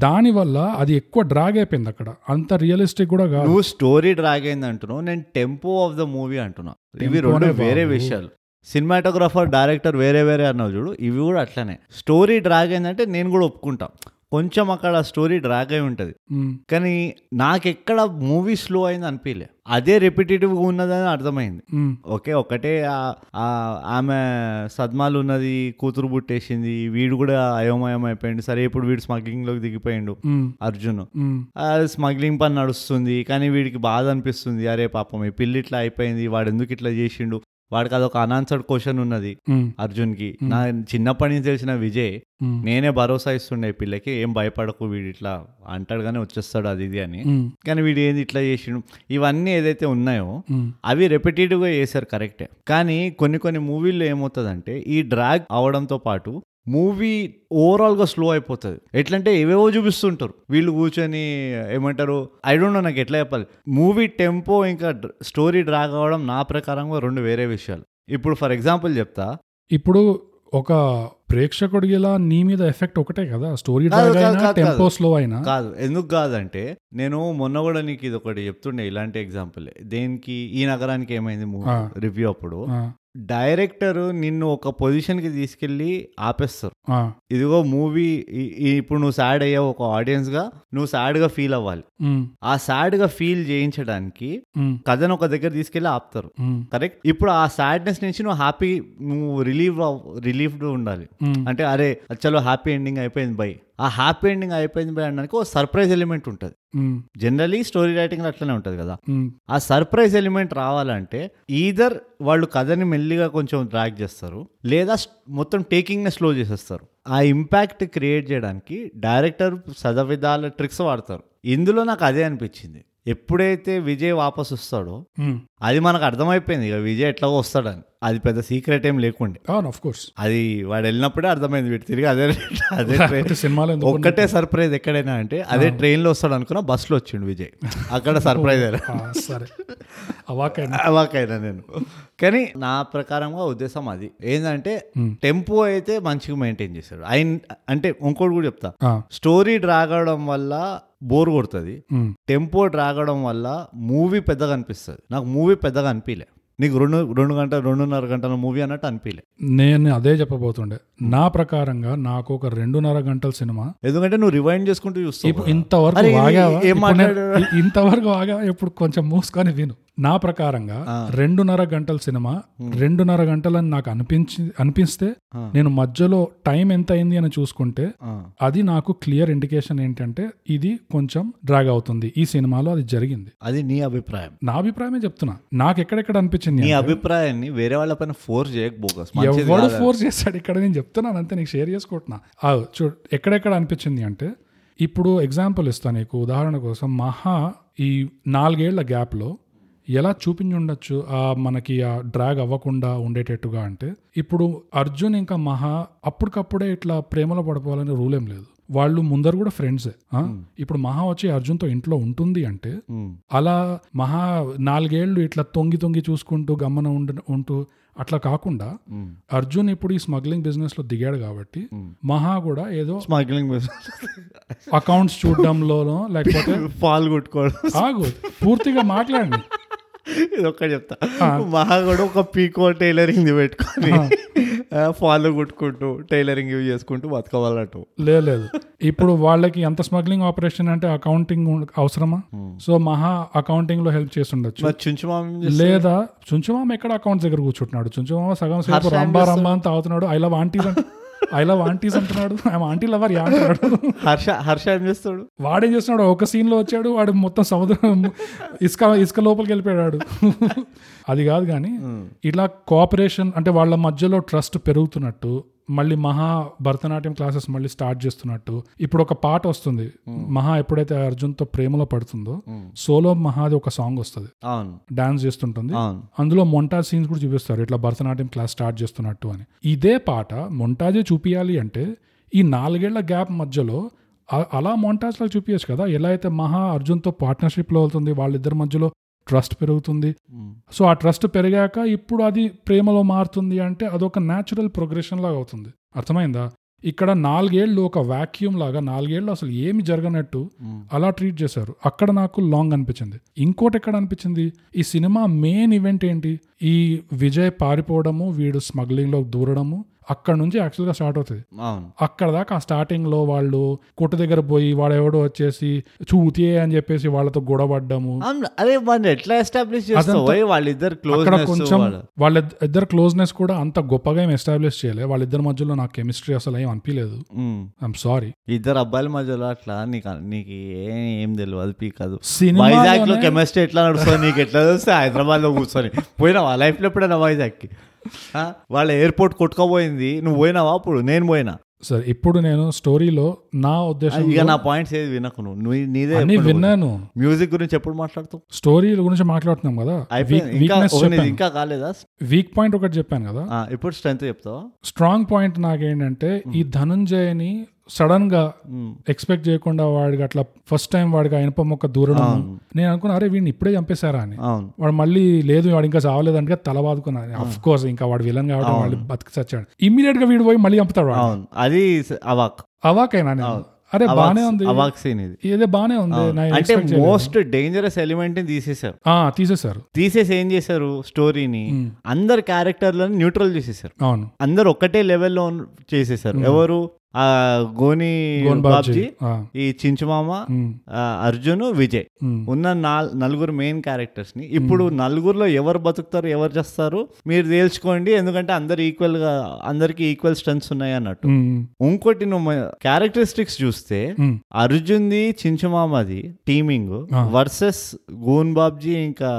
దాని వల్ల అది ఎక్కువ డ్రాగ్ అయిపోయింది అక్కడ అంత రియలిస్టిక్ కూడా కాదు నువ్వు స్టోరీ డ్రాగ్ అయింది అంటున్నావు నేను టెంపో ఆఫ్ ద మూవీ అంటున్నా ఇవి Tempo రెండు అనే వేరే బాబు. విషయాలు సినిమాటోగ్రాఫర్ డైరెక్టర్ వేరే వేరే అన్నావు చూడు ఇవి కూడా అట్లానే స్టోరీ డ్రాగ్ అయిందంటే నేను కూడా ఒప్పుకుంటా కొంచెం అక్కడ స్టోరీ డ్రాగ్ అయి ఉంటుంది మ్, కానీ నాకెక్కడ మూవీ స్లో అయింది అనిపించలే అదే రిపిటేటివ్గా ఉన్నదని అర్థమైంది మ్, ఓకే ఒకటే ఆ- ఆ ఆమె సద్మాలు ఉన్నది కూతురు పుట్టేసింది వీడు కూడా అయోమయం అయిపోయిండు సరే ఇప్పుడు వీడు స్మగ్లింగ్లోకి దిగిపోయిండు మ్, అర్జున్ మ్, స్మగ్లింగ్ పని నడుస్తుంది కానీ వీడికి బాధ అనిపిస్తుంది అరే పాపం ఈ పిల్లి ఇట్లా అయిపోయింది వాడు ఎందుకు ఇట్లా చేసిండు వాడికి అదొక అనాన్సర్డ్ క్వశ్చన్ ఉన్నది మ్, అర్జున్కి నా చిన్నప్పటి నుంచి తెలిసిన విజయ్ మ్, నేనే భరోసా ఇస్తుండే ఈ పిల్లకి ఏం భయపడకు వీడు ఇట్లా అంటాడు కానీ వచ్చేస్తాడు అది ఇది అని మ్, కానీ వీడు ఏంది ఇట్లా చేసిండు ఇవన్నీ ఏదైతే ఉన్నాయో మ్, అవి రెపిటేటివ్గా చేశారు కరెక్టే కానీ కొన్ని కొన్ని మూవీల్లో ఏమవుతుందంటే ఈ డ్రాగ్ అవడంతో పాటు మూవీ ఓవరాల్గా స్లో అయిపోతుంది ఎట్లంటే ఏవేవో చూపిస్తుంటారు వీళ్ళు కూర్చొని ఏమంటారు ఐ డోంట్ నో నాకు ఎట్లా చెప్పాలి మూవీ టెంపో ఇంకా స్టోరీ డ్రాగ్ అవ్వడం నా ప్రకారంగా రెండు వేరే విషయాలు ఇప్పుడు ఫర్ ఎగ్జాంపుల్ చెప్తా ఇప్పుడు ఒక ప్రేక్షకుడికి ఇలా నీ మీద ఎఫెక్ట్ ఒకటే కదా స్టోరీ కాదు, డ్రాగ్ కాదు, అయినా కాదు, టెంపో స్లో అయినా కాదు ఎందుకు కాదంటే నేను మొన్న కూడా నీకు ఇది ఒకటి చెప్తుండే ఇలాంటి ఎగ్జాంపుల్ దేనికి ఈ నగరానికి ఏమైంది మూవీ ఆ. రివ్యూ అప్పుడు ఆ, డైరెక్టర్ నిన్ను ఒక పొజిషన్కి తీసుకెళ్ళి ఆపేస్తారు ఆ, ఇదిగో మూవీ ఇప్పుడు నువ్వు సాడ్ అయ్యావు ఒక ఆడియన్స్గా నువ్వు సాడ్గా ఫీల్ అవ్వాలి మ్, ఆ సాడ్గా ఫీల్ చేయించడానికి మ్, కథను ఒక దగ్గర తీసుకెళ్ళి ఆపుతారు మ్, కరెక్ట్ ఇప్పుడు ఆ సాడ్నెస్ నుంచి నువ్వు హ్యాపీ నువ్వు రిలీవ్ రిలీఫ్డ్ ఉండాలి మ్, అంటే అరే చలో హ్యాపీ ఎండింగ్ అయిపోయింది బై ఆ హ్యాపీ ఎండింగ్ అయిపోయింది బై అనడానికి ఒక సర్ప్రైజ్ ఎలిమెంట్ ఉంటుంది మ్, జనరలీ స్టోరీ రైటింగ్లో అట్లనే ఉంటుంది కదా మ్, ఆ సర్ప్రైజ్ ఎలిమెంట్ రావాలంటే ఈధర్ వాళ్ళు కథని మెల్లిగా కొంచెం డ్రాగ్ చేస్తారు లేదా స్- మొత్తం టేకింగ్ని స్లో చేసేస్తారు ఆ ఇంపాక్ట్ క్రియేట్ చేయడానికి డైరెక్టర్ సదవిధాల ట్రిక్స్ వాడతారు ఇందులో నాకు అదే అనిపించింది ఎప్పుడైతే విజయ్ వాపస్ వస్తాడో మ్. అది మనకు అర్థమైపోయింది ఇక విజయ్ ఎట్లాగో వస్తాడని అది పెద్ద సీక్రెట్ ఏం లేకుండే అవును ఆఫ్ కోర్స్ అది వాడు వెళ్ళినప్పుడే అర్థమైంది వీడు తిరిగి అదే అదే train- సినిమాలో ఎందుకు ఉన్నాయి? ఒక్కటే సర్ప్రైజ్ ఎక్కడైనా అంటే అదే ట్రైన్లో వస్తాడు అనుకున్నా బస్సులో వచ్చిండు విజయ్ అక్కడ సర్ప్రైజ్ అయినా ఆ, Ah, సరే అవాకైనా అవాకైనా నేను కానీ నా ప్రకారంగా ఉద్దేశం అది ఏంటంటే టెంపో అయితే మంచిగా మెయింటైన్ చేశాడు ఆయన అంటే ఇంకోటి కూడా చెప్తా ఆ, స్టోరీ డ్రాగడం వల్ల బోర్ కొడుతుంది మ్, టెంపో డ్రాగడం వల్ల మూవీ పెద్దగా అనిపిస్తుంది నాకు మూవీ పెద్దగా అనిపించలే నీకు రెండు రెండు గంటల రెండున్నర గంటల మూవీ అన్నట్టు అనిపించలే నేను అదే చెప్పబోతుండే నా ప్రకారంగా నాకు ఒక రెండున్నర గంటల సినిమా ఎందుకంటే నువ్వు రివైండ్ చేసుకుంటూ ఇప్పుడు చూస్తావు ఇంతవరకు అరే, ఇది ఆగావా? ఏం ఇప్పుడు నేను- మాట్లాడాడు? ఇ- ఇంతవరకు ఆగా ఇప్పుడు కొంచెం మూసుకొని విను నా ప్రకారంగా రెండున్నర గంటల సినిమా రెండున్నర గంటలని నాకు అనిపించి అనిపిస్తే ఆ. నేను మధ్యలో టైం ఎంత అయింది అని చూసుకుంటే ఆ, అది నాకు క్లియర్ ఇండికేషన్ ఏంటంటే ఇది కొంచెం డ్రాగ్ అవుతుంది ఈ సినిమాలో అది జరిగింది అది నీ అభిప్రాయం నా అభిప్రాయమే చెప్తున్నా నాకు ఎక్కడెక్కడ అనిపించింది నీ అంటే, అభిప్రాయాన్ని వేరే వాళ్ళ పైన ఫోర్స్ చేయక బోకస్ ఎవడు ఫోర్స్ చేశాడు ఇక్కడ నేను చెప్తున్నాను అంతే నీకు షేర్ చేసుకుంటున్నా ఆ, చూడు ఎక్కడెక్కడ అనిపించింది అంటే ఇప్పుడు ఎగ్జాంపుల్ ఇస్తాను నీకు ఉదాహరణ కోసం మహా ఈ నాలుగేళ్ల గ్యాప్లో ఎలా చూపించి ఉండొచ్చు ఆ మనకి ఆ డ్రాగ్ అవ్వకుండా ఉండేటట్టుగా అంటే ఇప్పుడు అర్జున్ ఇంకా మహా అప్పటికప్పుడే ఇట్లా ప్రేమలో పడిపోవాలని రూల్ ఏం లేదు వాళ్ళు ముందర కూడా ఫ్రెండ్సే ఆ? ఇప్పుడు మహా వచ్చి అర్జున్తో ఇంట్లో ఉంటుంది అంటే ఉమ్. అలా మహా నాలుగేళ్లు ఇట్లా తొంగి తొంగి చూసుకుంటూ గమ్మన ఉండ ఉంటూ అట్లా కాకుండా అర్జున్ ఇప్పుడు ఈ స్మగ్లింగ్ బిజినెస్ లో దిగాడు కాబట్టి మహా కూడా ఏదో స్మగ్లింగ్ అకౌంట్స్ చూడడంలోనో లేకపోతే పాలు కొట్టుకోవడం ఆగు పూర్తిగా మాట్లాడండి ఇది ఒక్కటి చెప్తా మహా కూడా ఒక పీకో టైలరింగ్ ది పెట్టుకొని ఫాలో కొట్టుకుంటూ టైలరింగ్ ఇవి చేసుకుంటూ బతకవాలన్నట్టు లే- లేదు ఇప్పుడు వాళ్ళకి ఎంత స్మగ్లింగ్ ఆపరేషన్ అంటే అకౌంటింగ్ అవసరమా సో మహా అకౌంటింగ్ లో హెల్ప్ చేసి ఉండొచ్చు మరి చుంచుమామి లేదా చుంచుమామ ఎక్కడ అకౌంట్స్ దగ్గర కూర్చుంటున్నాడు చుంచుమామ సగం సేపు రంబా రంబా అని తాగుతున్నాడు ఐ లవ్ ఆంటీస్ అంటే ఐ లవ్ ఆంటీస్ అంటున్నాడు ఆమె ఆంటీ లవర్ యా అంటున్నాడు హర్ష హర్ష ఏం చేస్తాడు వాడేం చేస్తున్నాడు ఒక సీన్ లో వచ్చాడు వాడు మొత్తం సముద్రం ఇసుక ఇసుక లోపలికి వెళ్ళిపోయాడు అది కాదు కానీ ఇలా కోఆపరేషన్ అంటే వాళ్ళ మధ్యలో ట్రస్ట్ పెరుగుతున్నట్టు మళ్ళీ మహా భరతనాట్యం క్లాసెస్ మళ్ళీ స్టార్ట్ చేస్తున్నట్టు ఇప్పుడు ఒక పాట వస్తుంది మహా ఎప్పుడైతే అర్జున్తో ప్రేమలో పడుతుందో సోలో మహాది ఒక సాంగ్ వస్తుంది అవును డాన్స్ చేస్తుంటుంది అవును అందులో మొంటాజ్ సీన్స్ కూడా చూపిస్తారు ఇట్లా భరతనాట్యం క్లాస్ స్టార్ట్ చేస్తున్నట్టు అని ఇదే పాట మొంటాజే చూపించాలి అంటే ఈ నాలుగేళ్ల గ్యాప్ మధ్యలో అ- అలా మొంటాజ్లో చూపించచ్చు కదా ఎలా అయితే మహా అర్జున్తో పార్ట్నర్షిప్లో అవుతుంది వాళ్ళిద్దరి మధ్యలో ట్రస్ట్ పెరుగుతుంది ఉమ్. సో ఆ ట్రస్ట్ పెరిగాక ఇప్పుడు అది ప్రేమలో మారుతుంది అంటే అదొక న్యాచురల్ ప్రోగ్రెషన్ లాగా అవుతుంది అర్థమైందా ఇక్కడ నాలుగేళ్ళు ఒక వాక్యూమ్ లాగా నాలుగేళ్ళు అసలు ఏమి జరగనట్టు Mm. అలా ట్రీట్ చేశారు అక్కడ నాకు లాంగ్ అనిపించింది ఇంకోటి ఎక్కడ అనిపించింది ఈ సినిమా మెయిన్ ఈవెంట్ ఏంటి ఈ విజయ్ పారిపోవడము వీడు స్మగ్లింగ్లో దూరడము అక్కడ నుంచి యాక్చువల్గా స్టార్ట్ అవుతుంది అవును అక్కడ దాకా ఆ స్టార్టింగ్లో వాళ్ళు కొట్టు దగ్గర పోయి వాడెవడో వచ్చేసి చూతే అని చెప్పేసి వాళ్ళతో గొడవడ్డము అవును అరే వాడిని ఎట్లా ఎస్టాబ్లిష్ చేస్తావు అదంతా- ఓయ్ వాళ్ళిద్దరు క్లోజ్ అక్కడ కొంచెం వాళ్ళ ఇద్దరు క్లోజ్నెస్ కూడా అంత గొప్పగా ఏం ఎస్టాబ్లిష్ చేయలే వాళ్ళిద్దరి మధ్యలో నాకు కెమిస్ట్రీ అసలు ఏం అనిపించలేదు ఐఎమ్ సారీ ఇద్దరు అబ్బాయిల మధ్యలో అట్లా నీకు నీకు ఏ- ఏం తెలియదు అది పీకదు సినిమా వైజాగ్ లో కెమిస్ట్రీ ఎట్లా నడుస్తుంది నీకు ఎట్లా తెలుస్తే హైదరాబాద్ లో కూర్చొని పోయినావా లైఫ్ లో ఎప్పుడైనా వైజాగ్ కి వాళ్ళ ఎయిర్పోర్ట్ కొట్టుకోపోయింది నువ్వు పోయినావా అప్పుడు నేను పోయినా సరే ఇప్పుడు నేను స్టోరీలో నా ఉద్దేశం ఇక నా పాయింట్స్ ఏది వినకు నువ్వు నువ్వు నీదే అన్ని విన్నాను మ్యూజిక్ గురించి ఎప్పుడు మాట్లాడుతావు స్టోరీ గురించి మాట్లాడుతున్నాం కదా అయిపోయింది ఇంకా వీక్నెస్ ఓ, నీది చెప్పాను ఇంకా కాలేదా వీక్ పాయింట్ ఒకటి చెప్పాను కదా ఆ, ఇప్పుడు స్ట్రెంత్ చెప్తావా స్ట్రాంగ్ పాయింట్ నాకేంటంటే Hmm. ఈ ధనుంజయని సడన్ గా ఉమ్. ఎక్స్పెక్ట్ చేయకుండా వాడికి అట్లా ఫస్ట్ టైం వాడికి ఆ ఇనుప మొక్క దూరడం నేను అనుకున్నా అరే వీడిని ఇప్పుడే చంపేశారా అని అవును వాడు మళ్ళీ లేదు వాడు ఇంకా చావలేదు అంటే తల బాదుకున్నాను Hmm. అఫ్ కోర్స్ ఇంకా వాడు విలన్ కాబట్టి వాడు బతికి చచ్చాడు ఇమ్మీడియట్ గా వీడు పోయి మళ్ళీ చంపుతాడు వాడు అవును అది స- అవాక్ అవాకైనా నేను అరే బానే ఉంది అవాక్ సీన్ ఇది ఏదో బానే ఉంది నా అంటే expect చేయలేదు. మోస్ట్ డేంజరస్ ఎలిమెంట్ ని తీసేశారు ఆ, తీసేశారు తీసేసి ఏం చేశారు స్టోరీని అందరు క్యారెక్టర్లను న్యూట్రల్ చేసేసారు అవును అందరు ఒకటే లెవెల్లో ఉన్న- చేసేసారు ఎవరు ఆ గోని గోన్ బాబ్జీ బాబ్జీ ఆ, ఈ చించుమామ ఉమ్, ఆ, అర్జున్ విజయ్ ఉమ్, ఉన్న నాల్- నలుగురు మెయిన్ క్యారెక్టర్స్ ని ఇప్పుడు నలుగురులో ఎవరు బతుకుతారు ఎవరు చేస్తారు మీరు తేల్చుకోండి ఎందుకంటే అందరు ఈక్వల్ గా అందరికి ఈక్వల్ స్ట్రెంగ్స్ ఉన్నాయి అన్నట్టు ఉమ్, ఉమ్, ఇంకోటి నువ్వు క్యారెక్టరిస్టిక్స్ చూస్తే ఉమ్, అర్జున్ది చించుమామది టీమింగ్ వర్సెస్ గూన్ బాబ్జీ ఇంకా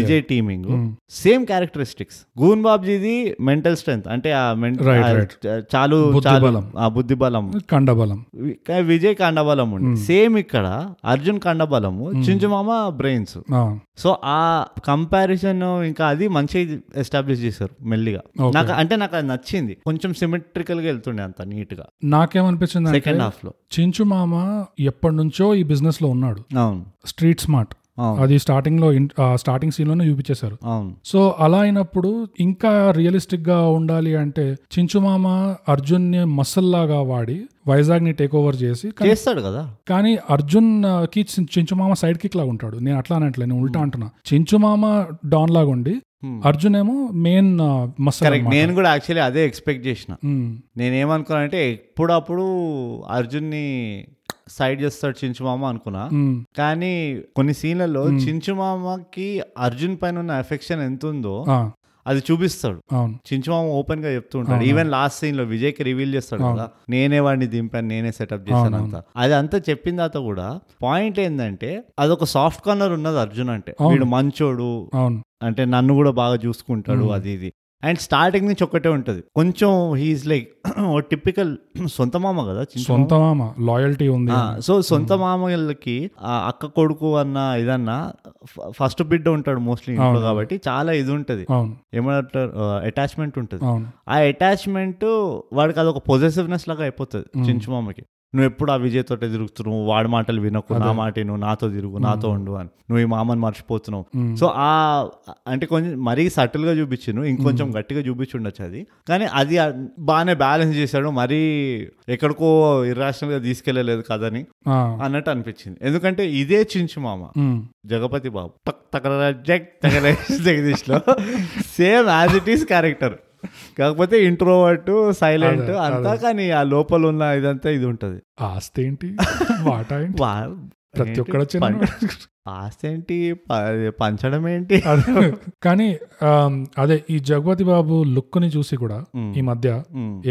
Vijay teaming same characteristics goon బాబ్జీది మెంటల్ స్ట్రెంగ్త్ అంటే ఆ మెన్- Right, ఆ right. చ- చాలు చాలు బుద్ధిబలం. ఆ బుద్ధి బలం కండబలం వి- కానీ విజయ్ కండబలం ఉంది సేమ్ ఇక్కడ అర్జున్ కండబలము చించుమామ బ్రెయిన్స్ ఆ, సో ఆ కంపారిజన్ ఇంకా అది మంచిగా ఎస్టాబ్లిష్ చేశారు మెల్లిగా Okay. నాకు అంటే నాకు అది నచ్చింది కొంచెం సిమెట్రికల్ గా వెళ్తుండే అంత నీట్ గా నాకేమనిపించింది అంటే సెకండ్ హాఫ్ లో చించు మామ ఎప్పటి నుంచో ఈ బిజినెస్ లో ఉన్నాడు అవును స్ట్రీట్ స్మార్ట్ అవును అది స్టార్టింగ్ లో ఇన్- ఆ, స్టార్టింగ్ సీన్ లోనే చూపించేశారు అవును సో అలా అయినప్పుడు ఇంకా రియలిస్టిక్ గా ఉండాలి అంటే చించుమామ అర్జున్ ని మసల్లాగా వాడి వైజాగ్ ని టేక్ ఓవర్ చేసి కానీ- చేస్తాడు కదా కానీ అర్జున్ ఆ, కి చిన్- చించుమామ సైడ్ కిక్ లాగా ఉంటాడు నేను అట్లా అనట్లే నేను ఉల్టా అంటున్నా చించుమామ డాన్ లాగా ఉండి Hmm. అర్జున్ ఏమో మెయిన్ మసల్ Hmm. కరెక్ట్ నేను కూడా యాక్చువల్లీ అదే ఎక్స్పెక్ట్ చేసిన నేనేమనుకున్నానంటే ఎప్పుడప్పుడు అర్జున్ని సైడ్ చేస్తాడు చించుమామ అనుకున్నా Hmm. కానీ కొన్ని సీన్లలో చించుమామకి అర్జున్ పైన ఉన్న ఎఫెక్షన్ ఎంత ఉందో అది చూపిస్తాడు అవును చించుమామ ఓపెన్ గా చెప్తూ ఉంటాడు ఈవెన్ లాస్ట్ సీన్ లో విజయ్ కి రివీల్ చేస్తాడు కదా నేనే వాడిని దింపాను నేనే సెటప్ చేశాను అంతా అది అంతా చెప్పిన తర్వాత కూడా పాయింట్ ఏంటంటే అదొక సాఫ్ట్ కార్నర్ ఉన్నది అర్జున్ అంటే వీడు మంచోడు అవును అంటే నన్ను కూడా బాగా చూసుకుంటాడు అది ఇది అండ్ స్టార్టింగ్ నుంచి ఒక్కటే ఉంటుంది కొంచెం హీఈస్ లైక్ ఓ టిపికల్ సొంత మామ కదా చిన్న సొంత మామ లాయల్టీ ఉంది సో సొంత మామయ్యలకి ఆ అక్క కొడుకు అన్న ఇదన్నా ఫస్ట్ బిడ్డ ఉంటాడు మోస్ట్లీ ఇంట్లో కాబట్టి చాలా ఇది ఉంటుంది అవును ఏమంటారు అటాచ్మెంట్ ఉంటుంది అవును ఆ అటాచ్మెంట్ వాడికి అదొక పొజెసివ్నెస్ లాగా అయిపోతుంది చించుమామకి నువ్వు ఎప్పుడు ఆ విజయ్తోటే తిరుగుతున్నావు వాడి మాటలు వినకు నా మాట నువ్వు నాతో తిరుగు నాతో ఉండు అని నువ్వు ఈ మామని మర్చిపోతున్నావు సో ఆ అంటే కొంచెం మరీ subtle గా చూపించిండు ఇంకొంచెం గట్టిగా చూపించి ఉండొచ్చు అది కానీ అది ఆ- బాగానే బ్యాలెన్స్ చేశాడు మరీ ఎక్కడికో irrational గా తీసుకెళ్ళలేదు కదని ఆ, అన్నట్టు అనిపించింది ఎందుకంటే ఇదే చించు మామ ఉమ్, జగపతి బాబు టక్ తగలరా జగ్ తగలరా జగదీష్లో same as it is character కాకపోతే ఇంట్రోవర్ట్ సైలెంట్ అదే, అంతా కానీ ఆ లోపల ఉన్న ఇదంతా ఇది ఉంటుంది ఆస్తి ఏంటి వాట ఏంటి వా- ప్రతి ఒక్కడు వచ్చి పం- నన్ను- ఆస్తి ఏంటి ప- పంచడం ఏంటి అదే. కానీ ఆమ్, అదే ఈ జగపతి బాబు లుక్ ని చూసి కూడా ఈ మధ్య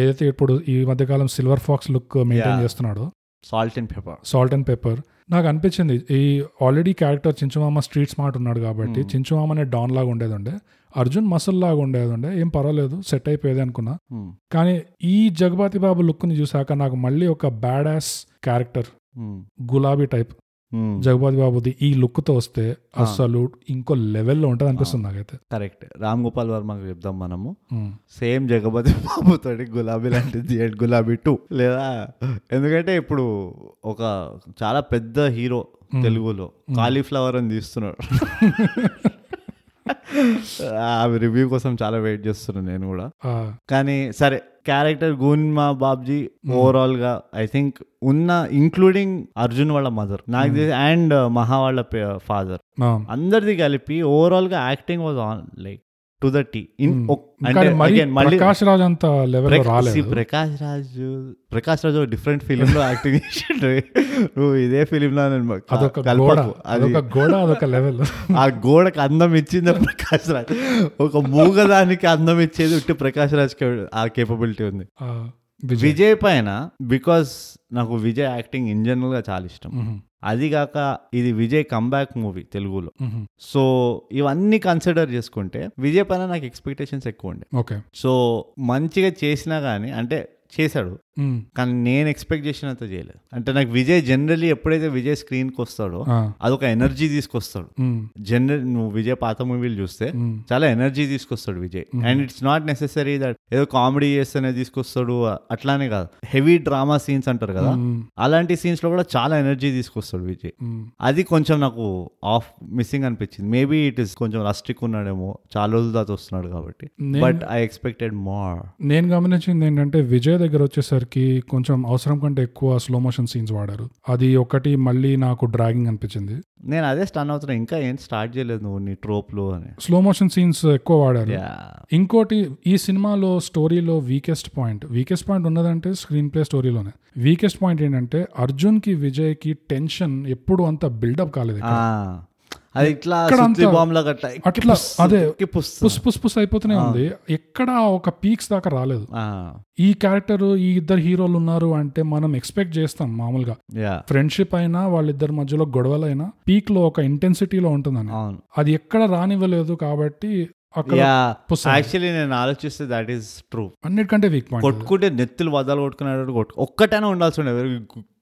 ఏదైతే ఇప్పుడు ఈ మధ్య కాలం silver fox look maintain Yeah. చేస్తున్నాడో salt and pepper salt and pepper నాకు అనిపించింది ఈ already character Chinchumama street smart ఉన్నాడు కాబట్టి చించుమామ అనే డాన్ లాగా ఉండేది ఉండే అర్జున్ మసల్ లాగా ఉండేది ఉండే ఏం పర్వాలేదు సెట్ అయిపోయేది అనుకున్నా కానీ ఈ జగపతి బాబు లుక్ ని చూసాక నాకు మళ్ళీ ఒక bad ass character Gulabi type Hmm. Jagapathi బాబుది ఈ లుక్ తో వస్తే అసలు ఇంకో లెవెల్లో ఉంటుంది అనిపిస్తుంది నాకైతే కరెక్ట్ రామ్ గోపాల్ వర్మకి చెప్దాం మనము ఉమ్. సేమ్ జగపతి బాబుతోటి గులాబీ లాంటిది అండ్ గులాబీ టూ లేదా ఎందుకంటే ఇప్పుడు ఒక చాలా పెద్ద హీరో తెలుగులో కాలీఫ్లవర్ అని తీస్తున్నాడు ఆ రివ్యూ కోసం చాలా వెయిట్ చేస్తున్నాను నేను కూడా ఆ, కానీ సరే క్యారెక్టర్ గూన్మా బాబ్జీ ఓవరాల్ గా ఐ థింక్ ఉన్న ఇంక్లూడింగ్ అర్జున్ వాళ్ళ మదర్ నాకు తెలిసి అండ్ మహా వాళ్ళ ఫాదర్ ఆ. అందరిది కలిపి ఓవరాల్ గా acting was on like to the tee in అంటే Hmm. కానీ మరి again మళ్ళీ ప్రకాష్ రాజ్ అంత లెవెల్ ప్రక- see, రాలేదు ప్రకాష్ రాజ్ ప్రకాష్ రాజ్ డిఫరెంట్ ఫిలిం లో యాక్టింగ్ చేసిండు నువ్వు ఇదే ఫిలిం లో నన్ను క- అదొక గోడ కలపకు. అది అదొక గోడ అదొక లెవెల్ ఆ గోడకు అందం ఇచ్చింది ప్రకాష్ రాజ్ ఒక మూగదానికి అందం ఇచ్చేది ఉట్టి ప్రకాష్ రాజ్ కే- ఆ కేపబిలిటీ ఉంది ఆ, విజయ్. విజయ్ పైన బికాస్ నాకు విజయ్ యాక్టింగ్ ఇన్ జనరల్ గా చాలా ఇష్టం మ్మ్. అది కాక ఇది విజయ్ కంబ్యాక్ మూవీ తెలుగులో మ్మ్. సో ఇవన్నీ కన్సిడర్ చేసుకుంటే విజయ్ పైన నాకు ఎక్స్పెక్టేషన్స్ ఎక్కువ ఉండే ఓకే సో మంచిగా చేసినా కానీ అంటే చేశాడు మ్మ్. కానీ నేను ఎక్స్పెక్ట్ చేసినంత చేయలేదు అంటే నాకు విజయ్ జనరలీ ఎప్పుడైతే విజయ్ స్క్రీన్కి వస్తాడో ఆ, అదొక ఎనర్జీ తీసుకొస్తాడు మ్మ్. జనరల్ నువ్వు విజయ్ పాత మూవీలు చూస్తే మ్మ్. చాలా ఎనర్జీ తీసుకొస్తాడు Vijay and it's not necessary that ఏదో కామెడీ చేస్తేనే తీసుకొస్తాడు అట్లానే కాదు హెవీ డ్రామా సీన్స్ అంటారు కదా మ్మ్. అలాంటి సీన్స్ లో కూడా చాలా ఎనర్జీ తీసుకొస్తాడు విజయ్ మ్మ్. అది కొంచెం నాకు ఆఫ్ మిస్సింగ్ అనిపించింది మేబీ ఇట్ ఇస్ కొంచెం రస్టిక్ ఉన్నాడేమో చాలా రోజుల తర్వాత వస్తున్నాడు కాబట్టి నేను- బట్ ఐ ఎక్స్పెక్టెడ్ మోర్ నేను గమనించింది ఏంటంటే విజయ్ దగ్గర వచ్చేసరికి కొంచెం అవసరం కంటే ఎక్కువ స్లో మోషన్ సీన్స్ వాడారు అది ఒకటి మళ్ళీ నాకు డ్రాగింగ్ అనిపించింది నేను అదే స్టన్ అవుతున్నా ఇంకా ఏం స్టార్ట్ చేయలేదు నువ్వు నీ ట్రోప్లో అని స్లో మోషన్ సీన్స్ ఎక్కువ వాడారు Yeah. ఇంకోటి ఈ సినిమాలో స్టోరీలో వీకెస్ట్ పాయింట్ వీకెస్ట్ పాయింట్ ఉన్నదంటే స్క్రీన్ ప్లే స్టోరీలోనే వీకెస్ట్ పాయింట్ ఏంటంటే అర్జున్ కి విజయ్ కి టెన్షన్ ఎప్పుడు అంత బిల్డప్ కాలేదు ఇక్కడ. ఆ, అది ఇట్లా ఎక్కడ సుత్తి అంతా- బాంబ్ లాగా అట్లా ఎక్కి అట్లా పుస్సు, అదే ఎక్కి పుస్సు. పుస్ పుస్ పుస్ అయిపోతూనే ఉంది ఎక్కడ ఒక పీక్స్ దాకా రాలేదు ఆ, ఈ క్యారెక్టర్ ఈ ఇద్దరు హీరోలు ఉన్నారు అంటే మనం ఎక్స్పెక్ట్ చేస్తాం మామూలుగా yeah, ఫ్రెండ్షిప్ అయినా వాళ్ళిద్దరి మధ్యలో గొడవలైనా పీక్ లో ఒక ఇంటెన్సిటీలో ఉంటుందని అవును అది ఎక్కడ రానివ్వలేదు కాబట్టి అక్కడ పుస్సు. యాక్చువల్లీ నేను ఆలోచిస్తే దాట్ ఈస్ ట్రూ అన్నిటికంటే వీక్ పాయింట్ కొట్టుకుంటే నెత్తులు వదలు కొట్టుకున్నాడు కొట్టు ఒక్కటైనా ఉండాల్సి ఉండే ఎవరు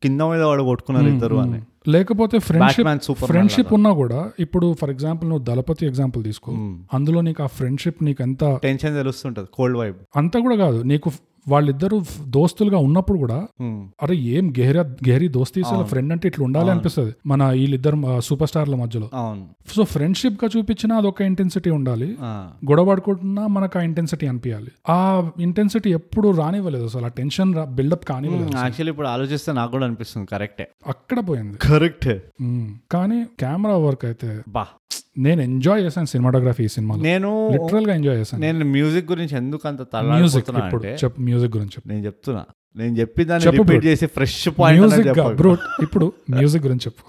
కింద మీద వాడు కొట్టుకున్నారు Hmm, ఇద్దరు అని లేకపోతే ఫ్రెండ్షిప్ బ్యాట్మ్యాన్ సూపర్ ఫ్రెండ్షిప్ ఉన్నా కూడా ఇప్పుడు ఫర్ ఎగ్జాంపుల్ నువ్వు దళపతి ఎగ్జాంపుల్ తీసుకో అందులో నీకు ఆ ఫ్రెండ్షిప్ నీకు ఎంత టెన్షన్ తెలుస్తుంటది కోల్డ్ వైబ్ అంత కూడా కాదు నీకు వాళ్ళిద్దరు ఫ్- దోస్తులుగా ఉన్నప్పుడు కూడా Hmm. అరే ఏం గెహరా గెహరీ దోస్తీ అసలు ఫ్రెండ్ అంటే ఇట్లా ఉండాలి అనిపిస్తుంది మన వీళ్ళిద్దరు సూపర్ స్టార్ల మధ్యలో అవును సో ఫ్రెండ్షిప్ గా చూపించినా అదొక ఇంటెన్సిటీ ఉండాలి ఆ, గొడవ పడుకుంటున్నా మనకు ఆ ఇంటెన్సిటీ అనిపించాలి ఆ ఇంటెన్సిటీ ఎప్పుడు రానివ్వలేదు అసలు ఆ టెన్షన్ బిల్డప్ కానివ్వలేదు యాక్చువల్లీ Hmm, ఇప్పుడు ఆలోచిస్తే నాకు కూడా అనిపిస్తుంది కరెక్టే అక్కడ పోయింది కరెక్ట్ ఉమ్. కానీ కెమెరా వర్క్ అయితే బా నేను ఎంజాయ్ చేశాను సినిమాటోగ్రఫీ ఈ సినిమాలో నేను లిటరల్ గా ఎంజాయ్ చేశాను నేను మ్యూజిక్ గురించి ఎందుకు అంత మ్యూజిక్ తలపోతున్నా ఇప్పుడు అంటే చెప్పు మ్యూజిక్ గురించి చెప్పు నేను చెప్తున్నా నేను చెప్పి దాన్ని చెప్పు రిపీట్ bro. చేసి ఫ్రెష్ పాయింట్ అనేది మ్యూజిక్ చెప్పాలి బ్రో ఇప్పుడు మ్యూజిక్ గురించి చెప్పు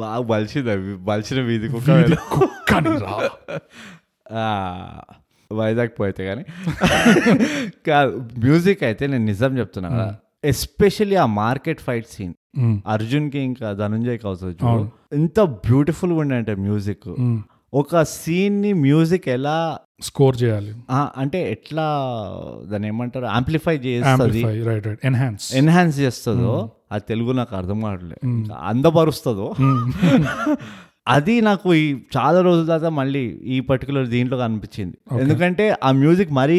బాగా బలిసింది అవి బలిసిన వీధి కుక్క వీధి కుక్కని రా. ఆ, వైజాగ్ పోయితే కానీ కాదు మ్యూజిక్ అయితే నేను నిజం చెప్తున్నా కదా Hmm. ఎస్పెషల్లీ ఆ మార్కెట్ ఫైట్ సీన్ ఉమ్, అర్జున్కి ఇంకా ధనుంజయ్కి అవుతుంది చూడు ఎంత బ్యూటిఫుల్గా ఉండే అంటే మ్యూజిక్ ఒక సీన్ని మ్యూజిక్ ఎలా స్కోర్ చేయాలి ఆ, అంటే ఎట్లా దాన్ని ఏమంటారు ఆంప్లిఫై చేస్తుంది amplify right right enhance enhance చేస్తుందో అది తెలుగు నాకు అర్థం కావట్లేదు ఇంకా అందపరుస్తుందో అది నాకు ఈ చాలా రోజుల తర్వాత మళ్ళీ ఈ పర్టికులర్ దీంట్లో కనిపించింది ఎందుకంటే ఆ మ్యూజిక్ మరీ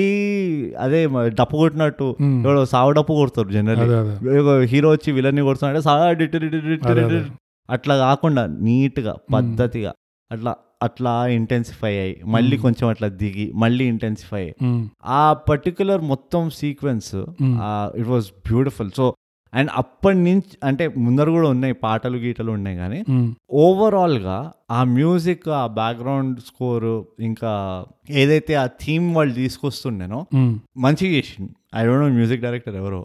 అదే మ- డప్పు కొట్టినట్టు ఎవడో సావ డప్పు కొడతారు అదే, అదే. జనరల్ హీరో వచ్చి విలన్ కొడుతున్నాడు సావ డిట్టు డిట్టు డిట్టు అదే, డిట్టు అదే. అట్లా కాకుండా నీట్గా పద్ధతిగా అట్లా అట్లా ఇంటెన్సిఫై అయ్యి మళ్ళీ కొంచెం అట్లా దిగి మళ్ళీ ఇంటెన్సిఫై అయ్యి ఆ పర్టికులర్ మొత్తం sequence it was beautiful so and అప్పటి నుంచి అంటే ముందర కూడా ఉన్నాయి పాటలు గీటలు ఉన్నాయి కానీ ఓవరాల్గా ఆ మ్యూజిక్ ఆ బ్యాక్గ్రౌండ్ స్కోర్ ఇంకా ఏదైతే ఆ థీమ్ వాళ్ళు తీసుకొస్తుండేనో మంచిగా చేసిండు I don't know music director ఎవరో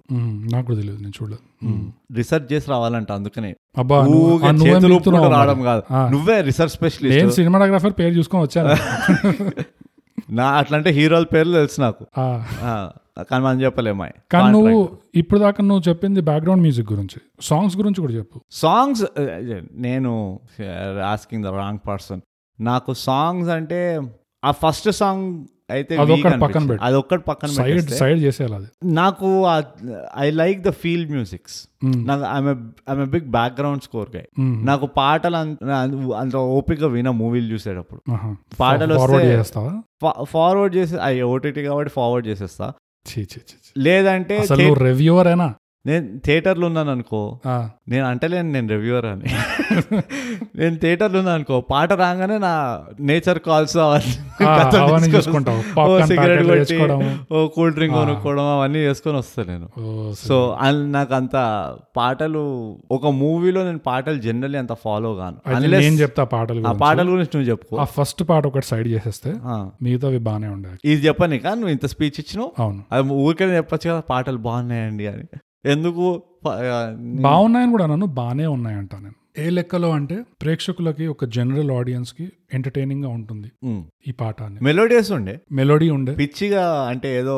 నాకు కూడా తెలియదు నేను చూడలేదు Mm. రిసర్చ్ చేసి రావాలంట అందుకనే అబ్బా నువ్వు- ఊరికే ఆ, నువ్వేం చేతులు చెప్తున్నావు ఊపుకుంటూ రావడం మరి? కాదు ఆ, నువ్వే రిసర్చ్ స్పెషలిస్ట్ నేను సినిమాటోగ్రాఫర్ పేరు చూసుకొని వచ్చాను నా అట్లాంటి హీరోల పేర్లు తెలుసు నాకు ఆ, ఆ, కానీ మనం చెప్పలేమాయి కానీ నువ్వు ఇప్పుడు దాకా నువ్వు చెప్పింది బ్యాక్గ్రౌండ్ మ్యూజిక్ గురించి సాంగ్స్ గురించి కూడా చెప్పు సాంగ్స్ నేను ఆస్కింగ్ ద రాంగ్ పర్సన్ నాకు సాంగ్స్ అంటే ఆ ఫస్ట్ సాంగ్ అయితే అదొక్కటి weak పక్కన అనిపించింది. పెట్టు. అదొక్కటి పక్కన సైడ్ పెట్టేస్తే సైడ్ చేసేయాలి అది నాకు I like the feel musics నాకు I'm big background score guy Mm. నాకు పాటలు అంత అంత ఓపిక విన మూవీలు చూసేటప్పుడు పాటలు ఫార్వర్డ్ వస్తే- చేస్తావా ఫార్వర్డ్ చేసి అవి ఓటీటీ కాబట్టి ఫార్వర్డ్ చేసేస్తా చీ చీ చీ చీ. లేదంటే అసలు థే- రివ్యూవర్ అయినా నేను థియేటర్లో ఉన్నాను అనుకో నేను అంటలేను నేను రివ్యూవర్ అని నేను థియేటర్లో ఉన్నాను అనుకో పాట రాగానే నా నేచర్ కాల్స్ ఆ, అవన్నీ చూసుకుంటావు. Popcorn సిగరెట్ packet లు కొట్టి తెచ్చుకోవడము. ఓ కూల్ డ్రింక్ కొనుక్కోవడం అవన్నీ చేసుకొని వస్తాను నేను సో నాకు అంత పాటలు ఒక మూవీలో నేను పాటలు జనరల్లీ అంత ఫాలో కాను Unless నేను చెప్తా పాటలు ఆ గురించి. పాటల గురించి నువ్వు చెప్పుకో ఆ ఫస్ట్ పాట ఒకటి సైడ్ చేసేస్తే ఆ. మిగతావి బాగానే ఉండే ఇది చెప్పనీక నువ్వు ఇంత స్పీచ్ ఇచ్చినావు అవును అది ఊరికనే చెప్పొచ్చు కదా పాటలు బాగున్నాయండి అని ఎందుకు ప- ఆ, నీ- బాగున్నాయని కూడా నన్ను బాగానే ఉన్నాయంట నేను ఏ లెక్కలో అంటే ప్రేక్షకులకి ఒక జనరల్ ఆడియన్స్ కి ఎంటర్టైనింగ్ గా ఉంటుంది ఉమ్. ఈ పాట అని మెలోడియస్ ఉండే మెలోడీ ఉండే పిచ్చిగా అంటే ఏదో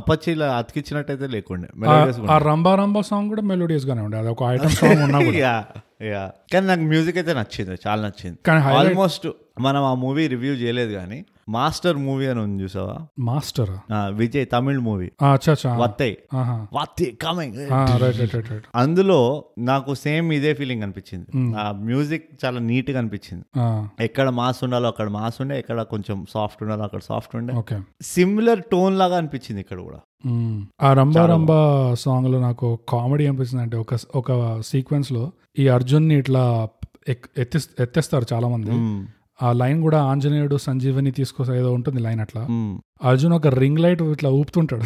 అపచ్చిలా అతికిచ్చినట్టయితే లేకుండే ఆ- మెలోడియస్ ఆ రంబా రంబా సాంగ్ కూడా మెలోడియస్ గానే ఉండే అది ఒక ఐటమ్ సాంగ్ ఉన్నా కూడా యా యా కానీ నాకు మ్యూజిక్ అయితే నచ్చింది చాలా నచ్చింది కానీ highlight- ఆల్మోస్ట్ మనం ఆ మూవీ రివ్యూ చేయలేదు కానీ మాస్టర్ మూవీ అని ఉంది చూసావా మాస్టర్ ఆ, విజయ్ తమిళ్ మూవీ అచ్చా అచ్చా వత్తై ఆహా. వత్తై కమింగ్ ఆ, రైట్ రైట్ రైట్ రైట్ అందులో నాకు సేమ్ ఇదే ఫీలింగ్ అనిపించింది ఆ మ్యూజిక్ చాలా నీట్ గా అనిపించింది ఆ, ఎక్కడ మాస్ ఉండాలో అక్కడ మాస్ ఉండే ఎక్కడ కొంచెం సాఫ్ట్ ఉండాలో అక్కడ సాఫ్ట్ ఉండే ఓకే సిమిలర్ టోన్ లాగా అనిపించింది ఇక్కడ కూడా మ్మ్. ఆ రంబా రంబా సాంగ్ లో నాకు కామెడీ అనిపిస్తుంది అంటే ఒక ఒక సీక్వెన్స్ లో ఈ అర్జున్ ని ఇట్లా ఎక్- ఎత్తిస్- ఎత్తేస్తారు చాలా మంది మ్మ్. ఆ లైన్ కూడా ఆంజనేయుడు సంజీవని తీసుకొస్తా ఏదో ఉంటుంది లైన్ అట్లా మ్మ్. అర్జున్ ఒక రింగ్ లైట్ ఇట్లా ఊపుతుంటాడు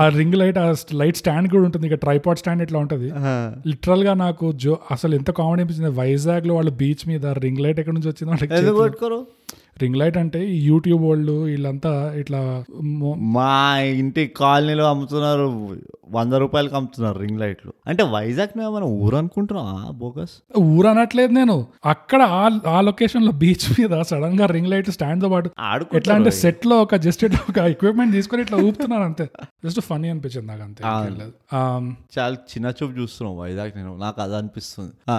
ఆ రింగ్ లైట్ ఆ లైట్ స్టాండ్ కూడా ఉంటుంది ఇక ట్రైపాడ్ స్టాండ్ ఇట్లా ఉంటది ఆ. లిటరల్ గా నాకు జో అసలు ఎంత కామెడీ అనిపించింది వైజాగ్ లో వాళ్ళు బీచ్ మీద రింగ్ లైట్ ఎక్కడి నుంచి ఎందుకు వచ్చిందో కొట్టుకోరు రింగ్ లైట్ అంటే ఈ యూట్యూబ్ వాళ్ళు వీళ్ళంతా ఇట్లా మో- మా ఇంటి కాలనీలో అమ్ముతున్నారు వంద రూపాయలకి అమ్ముతున్నారు రింగ్ లైట్లు అంటే వైజాగ్ ఏమైనా ఊరు అనుకుంటున్నావా బోగస్ ఊరనట్లేదు నేను అక్కడ ఆ ఆ లొకేషన్ లో బీచ్ మీద సడన్ గా రింగ్ లైట్ స్టాండ్ తో పాటు ఎట్లా అంటే ఆడుకుంటారు సెట్ లో ఒక జస్ట్ ఇట్లా ఒక ఎక్విప్మెంట్ తీసుకొని ఇట్లా ఊపుతున్నాను అంతే జస్ట్ ఫనీ అనిపించింది నాకు అంతే ఇంకేం లేదు. ఆమ్, చాలా చిన్న చూపు చూస్తున్నావు వైజాగ్ నేను నాకు అది అనిపిస్తుంది ఆ.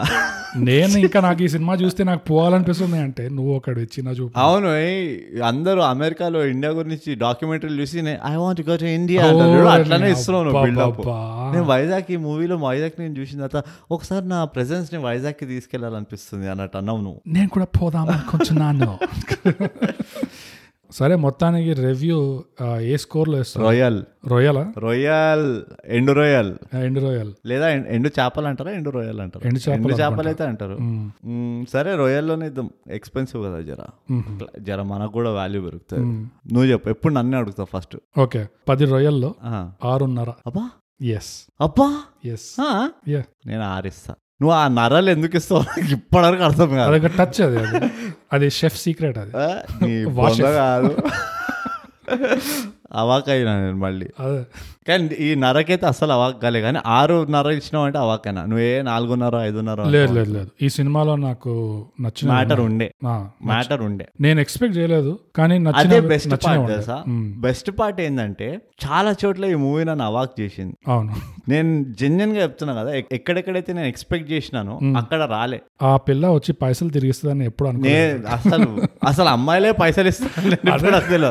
నేను ఇంకా నాకు ఈ సినిమా చూస్తే నాకు పోవాలనిపిస్తుంది అంటే నువ్వు ఒకడు చిన్న చూపు అవును ఏయ్, అందరూ అమెరికాలో ఇండియా గురించి డాక్యుమెంటరీలు చూసి I want go to India ఓ, అట్లానే ఇస్తున్నావు నువ్వు అబ్బా, build-up. అబ్బా. నేను వైజాగ్ ఈ మూవీలో వైజాగ్ నేను చూసిన తర్వాత ఒకసారి నా presence ని వైజాగ్ కి తీసుకెళ్లాలనిపిస్తుంది అన్నట్టు అన్నావు నువ్వు నేను కూడా పోదాం అనుకుంటున్నాను సరే మొత్తానికి రివ్యూ ఏ స్కోర్ లో ఇస్తారు రొయల్ రొయ్యలా రొయల్ ఎండు రొయల్ ఎండు రొయ్యల్ లేదా ఎం- ఎండు చేపలు అంటారా ఎండు రొయ్యలు అంటారు ఎండు చేపలు ఎండు చేపలు అయితే అంటారు మ్మ్, సరే రొయ్యల్లోనే ఇద్దాం ఎక్స్పెన్సివ్ కదా జర జర మనకు కూడా వాల్యూ పెరుగుతుంది నువ్వు చెప్పు ఎప్పుడు నన్నే అడుగుతావు ఫస్ట్ ఓకే పది రొయ్యల్లో ఆరున్నర అబ్బా ఎస్ అబ్బా ఎస్ ఆ? యా నేను ఆరిస్తా నువ్వు ఆ నరాలు ఎందుకు ఇస్తావు నాకు ఇప్పటివరకు అర్థం కాదు అదొక టచ్ అది అది. అది షెఫ్ సీక్రెట్ అది ఆ, నీ Wash బొంద కాదు అవాక్ అయినా నేను మళ్ళీ అదే కానీ ఈ నరకైతే అసలు అవాక్ కాలే కానీ ఆరున్నర ఇచ్చినావు అంటే అవాక్ అయినా నువ్వే నాలుగున్నర ఐదున్నర లేదు లేదు లేదు ఈ సినిమాలో నాకు నచ్చిన మ్యాటర్ ఉండే ఆ, మ్యాటర్ ఉండే నేను ఎక్స్పెక్ట్ చేయలేదు కానీ అదే నచ్చిన బెస్ట్ నచ్చిన పార్ట్ ఉండే. తెలుసా మ్మ్. బెస్ట్ పార్ట్ ఏంటంటే చాలా చోట్ల ఈ మూవీ నన్ను అవాక్ చేసింది అవును నేను జెన్యున్ గా చెప్తున్నా కదా ఎక్- ఎక్కడెక్కడైతే నేను ఎక్స్పెక్ట్ చేసినానో అక్కడ రాలే ఆ పిల్ల వచ్చి పైసలు తిరిగిస్తుందని ఎప్పుడు అనుకో నే అసలు అసలు అమ్మాయిలే పైసలు ఇస్తారు అసలు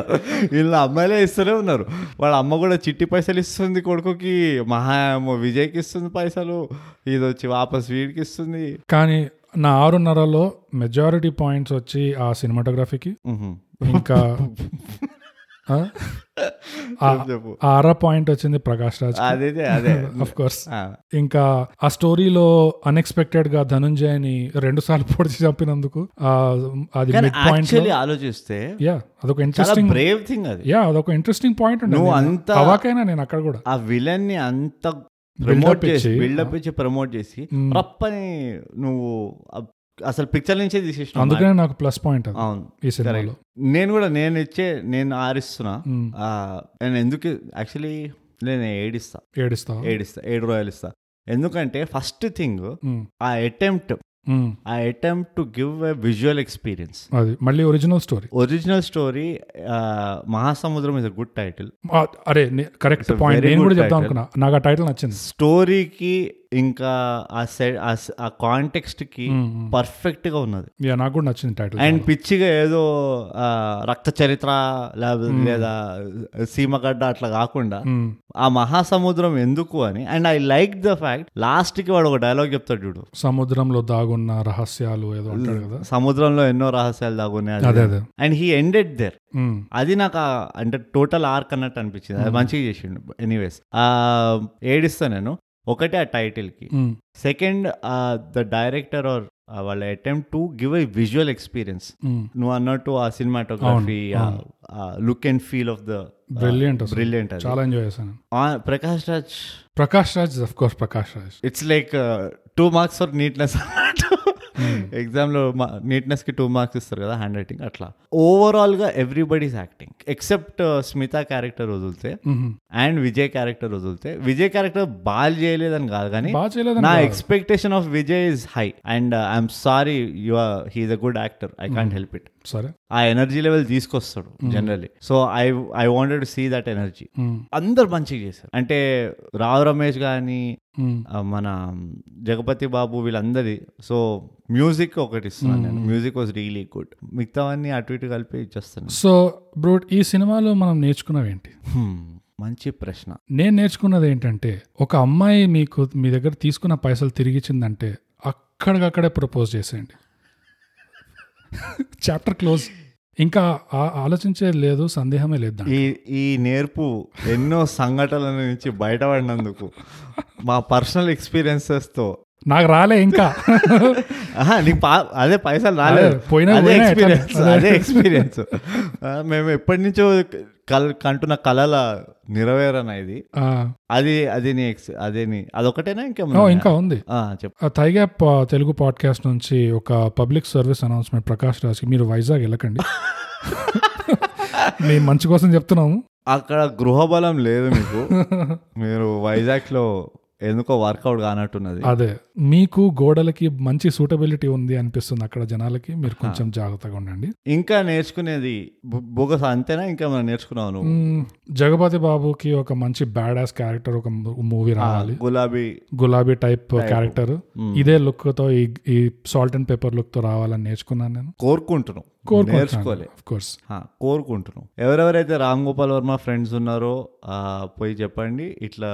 వీళ్ళ అమ్మాయిలే ఇస్తూనే ఉన్నారు వాళ్ళ అమ్మ కూడా చిట్టి పైసలు ఇస్తుంది కొడుకుకి మహా ఏమో విజయ్కి ఇస్తుంది పైసలు ఇది వచ్చి వాపస్ వీడికి ఇస్తుంది కానీ నా ఆరున్నరలో మెజారిటీ పాయింట్స్ వచ్చి ఆ సినిమాటోగ్రఫీకి ఉహుం. ఇంకా ఆ? ఆ చెప్పు. ఆ అర పాయింట్ వచ్చింది ప్రకాష్ రాజ్ అదే అదే ఆఫ్ కోర్స్ ఆ, ఇంకా ఆ స్టోరీలో అన్ఎక్స్పెక్టెడ్ గా ధనుంజయని రెండు సార్లు పొడిచి చంపినందుకు ఆ, అది కానీ మిడ్ పాయింట్ యాక్చువల్లీ ఆలోచిస్తే యా అదొక చాలా ఇంట్రెస్టింగ్ బ్రేవ్ థింగ్ అది యా అదొక ఇంట్రెస్టింగ్ పాయింట్ నువ్వు అంత- అవాకైనా నేను అక్కడ కూడా ఆ విలన్ ని అంత Build ప్రమోట్ up చేసి ఇచ్చి, బిల్డప్ ఇచ్చి ప్రమోట్ చేసి మ్మ్. రప్పని నువ్వు అ- అసలు పిక్చర్ నుంచే తీసేసిన అందుకనే నాకు ప్లస్ పాయింట్ అది అవును ఈ సినిమాలో నేను కూడా నేను ఇచ్చే నేను ఆరిస్తున్నా మ్మ్. ఆ, నేను ఎందుకు యాక్చువల్లీ నేను ఏడిస్తా ఏడుస్తావు ఏడిస్తా ఏడు రోజులు ఇస్తా ఎందుకంటే first thing hmm. Uh attempt hmm. Uh attempt to give a visual experience అది మళ్ళీ original story original story Mahasamudram is a good title అరే correct It's a point very నేను good కూడా చెప్తాను title. అనుకున్నా నాకు ఆ టైటిల్ నచ్చింది స్టోరీకి ఇంకా ఆ సె- ఆ స- ఆ కాంటెక్స్ట్ కి మ్మ్. మ్మ్. పర్ఫెక్ట్ గా ఉన్నది యా నాకు కూడా నచ్చింది టైటిల్ అండ్ పిచ్చిగా ఏదో ఆ, రక్త చరిత్ర లేద- లేదా సీమగడ్డ అట్లా కాకుండా మ్మ్. ఆ మహాసముద్రం ఎందుకు అని and I like the fact last కి వాడు ఒక డైలాగ్ చెప్తాడు చూడు సముద్రంలో దాగున్న రహస్యాలు ఏదో అంటాడు కదా సముద్రంలో ఎన్నో రహస్యాలు దాగున్నాయి అదే అదే అండ్ హీ ఎండెడ్ దేర్ మ్మ్. అది నాకు ఆ- అంటే టోటల్ ఆర్క్ అన్నట్టు అనిపించింది Hmm. అది మంచిగా చేసిండు ఎనీవేస్ ఏడిస్తా నేను ఒకటే ఆ టైటిల్ కి మ్మ్. సెకండ్ ద డైరెక్టర్ ఆర్ వాళ్ళ attempt to give a visual experience మ్మ్. నువ్వు అన్నట్టు ఆ cinematography look and feel of the Brilliant అసలు. బ్రిలియంట్ చాలా ఎంజాయ్ చేశాను Prakash Raj Prakash Raj of course Prakash Raj it's like two marks for neatness అన్నట్టు ఎగ్జామ్లో నీట్నెస్కి టూ మార్క్స్ ఇస్తారు కదా హ్యాండ్ రైటింగ్ అట్లా ఓవరాల్గా everybody's acting except Smitha character uh, వదిలితే మ్మ్. అండ్ విజయ్ క్యారెక్టర్ వదిలితే విజయ్ క్యారెక్టర్ బాల్ చేయలేదని కాదు కానీ బాగా చేయలేదని నా కాదు. Expectation of Vijay is high and I'm sorry you are he's a good actor I Hmm. Can't help it సరే ఆ ఎనర్జీ లెవెల్ తీసుకొస్తాడు Hmm. Generally so I I wanted see that energy మ్మ్. అందరు మంచిగా చేశారు అంటే రావు రమేష్ కానీ మ్మ్. ఆ, మన జగపతి బాబు వీళ్ళందరి సో మ్యూజిక్ ఒకటి ఇస్తున్నాను Hmm. నేను మ్యూజిక్ వాజ్ రియలీ గుడ్ మిగతావన్నీ అటు ఇటు కలిపి ఇచ్చేస్తాను సో బ్రూట్ ఈ సినిమాలో మనం నేర్చుకున్నవి ఏంటి Hmm, మంచి ప్రశ్న నేను నేర్చుకున్నది ఏంటంటే ఒక అమ్మాయి మీకు మీ దగ్గర తీసుకున్న పైసలు తిరిగి ఇచ్చిందంటే అక్కడికక్కడే ప్రపోజ్ చేసేయండి చాప్టర్ క్లోజ్ ఇంకా ఆ- ఆలోచించేది లేదు సందేహమే లేదు దాంట్లో. ఈ ఈ నేర్పు ఎన్నో సంఘటనల నుంచి బయటపడినందుకు మా పర్సనల్ ఎక్స్పీరియన్సెస్తో నాకు రాలే ఇంకా ఆహా, నీకు పా- అదే పైసలు రాలేదు అదే, పోయినా అదే పోయినా ఎక్స్పీరియన్స్ ఎట్లా? అదే ఎక్స్పీరియన్స్ మేము ఎప్పటి నుంచో కల్ కంటున్న కళల నెరవేరన ఇది ఆ, అది అది నీ ఎక్స్ అదే నీ అదొకటేనా ఓ, ఇంకేమన్నా ఇంకా ఉంది ఆ, చెప్పు ఆ థైగ్యాప్ ఆ, తెలుగు పాడ్కాస్ట్ నుంచి ఒక పబ్లిక్ సర్వీస్ అనౌన్స్మెంట్ ప్రకాష్ రాజ్కి మీరు వైజాగ్ వెళ్ళకండి మేము మంచి కోసం చెప్తున్నాము అక్కడ గృహబలం లేదు మీకు మీరు వైజాగ్ లో ఎందుకో వర్కౌట్ కానట్టున్నది అదే మీకు గోడలకి మంచి సూటబిలిటీ ఉంది అనిపిస్తుంది అక్కడ జనాలకి మీరు కొంచెం జాగ్రత్తగా ఉండండి ఇంకా నేర్చుకునేది బు- బోగస్ అంతేనా ఇంకేమైనా నేర్చుకున్నావు నువ్వు మ్మ్, జగపతి బాబుకి ఒక మంచి బ్యాడ్ యాస్ క్యారెక్టర్ ఒక మూవీ రావాలి గులాబీ గులాబీ టైప్ క్యారెక్టర్ మ్మ్. ఇదే లుక్ తో ఈ- ఈ సాల్ట్ అండ్ పేపర్ లుక్ తో రావాలని నేర్చుకున్నాను నేను కోరుకుంటున్నావు కోరుకుంటున్నాను నేర్చుకోలే ఆఫ్ కోర్స్ ఆ, కోరుకుంటున్నాం ఎవరెవరైతే రామ్ గోపాల్ వర్మ ఫ్రెండ్స్ ఉన్నారో ఆ, పోయి చెప్పండి ఇట్లా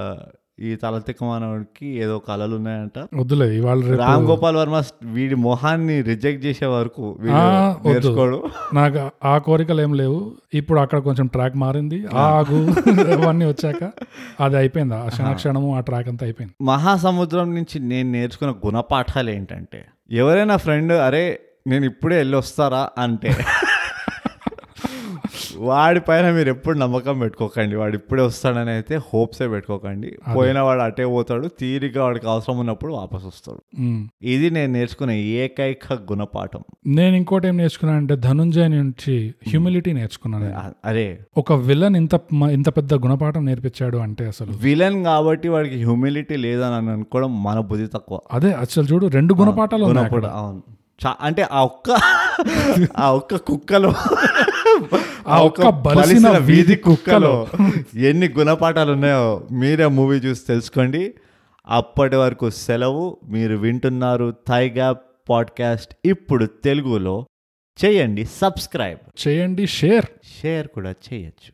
ఈ తలతిక్క మానవుడికి ఏదో కళలు ఉన్నాయంట వద్దులే ఇవాళ రేపు రామ్ గోపాల్ వర్మ వీడి మొహాన్ని రిజెక్ట్ చేసే వరకు వీడు ఆ, వద్దు. నేర్చుకోడు నాకు ఆ కోరికలు ఏం లేవు ఇప్పుడు అక్కడ కొంచెం ట్రాక్ మారింది ఆగు అవన్నీ వచ్చాక అది అయిపోయింది ఆ క్షణ క్షణము ఆ ట్రాక్ అంతా అయిపోయింది మహాసముద్రం నుంచి నేను నేర్చుకున్న గుణపాఠాలు ఏంటంటే ఎవరైనా ఫ్రెండ్ అరే నేను ఇప్పుడే వెళ్ళొస్తారా అంటే వాడిపైన మీరు ఎప్పుడు నమ్మకం పెట్టుకోకండి వాడు ఇప్పుడే వస్తాడని అయితే హోప్సే పెట్టుకోకండి పోయిన వాడు అటే పోతాడు తీరిగా వాడికి అవసరం ఉన్నప్పుడు వాపస్ వస్తాడు మ్మ్. ఇది నేను నేర్చుకునే ఏకైక గుణపాఠం నేను ఇంకోటి ఏం నేర్చుకున్నాను అంటే ధనుంజయ నుంచి హ్యూమిలిటీ నేర్చుకున్నాను నేను. అ- అరే ఒక విలన్ ఇంత మ- ఇంత పెద్ద గుణపాఠం నేర్పించాడు అంటే అసలు విలన్ కాబట్టి వాడికి హ్యూమిలిటీ లేదని అని అనుకోవడం మన బుద్ధి తక్కువ అదే అసలు చూడు రెండు గుణపాఠాలు ఉన్నాయి అక్కడ. గుణపాఠం, అవును చా- అంటే ఆ ఒక్క ఆ ఒక్క కుక్కలో ఆ ఒక్క బలిసిన వీధి కుక్కలో ఎన్ని గుణపాఠాలు ఉన్నాయో మీరే మూవీ చూసి తెలుసుకోండి అప్పటి వరకు సెలవు మీరు వింటున్నారు థైగ్యాప్ పాడ్కాస్ట్ ఇప్పుడు తెలుగులో చేయండి సబ్స్క్రైబ్ చేయండి షేర్ షేర్ కూడా చేయొచ్చు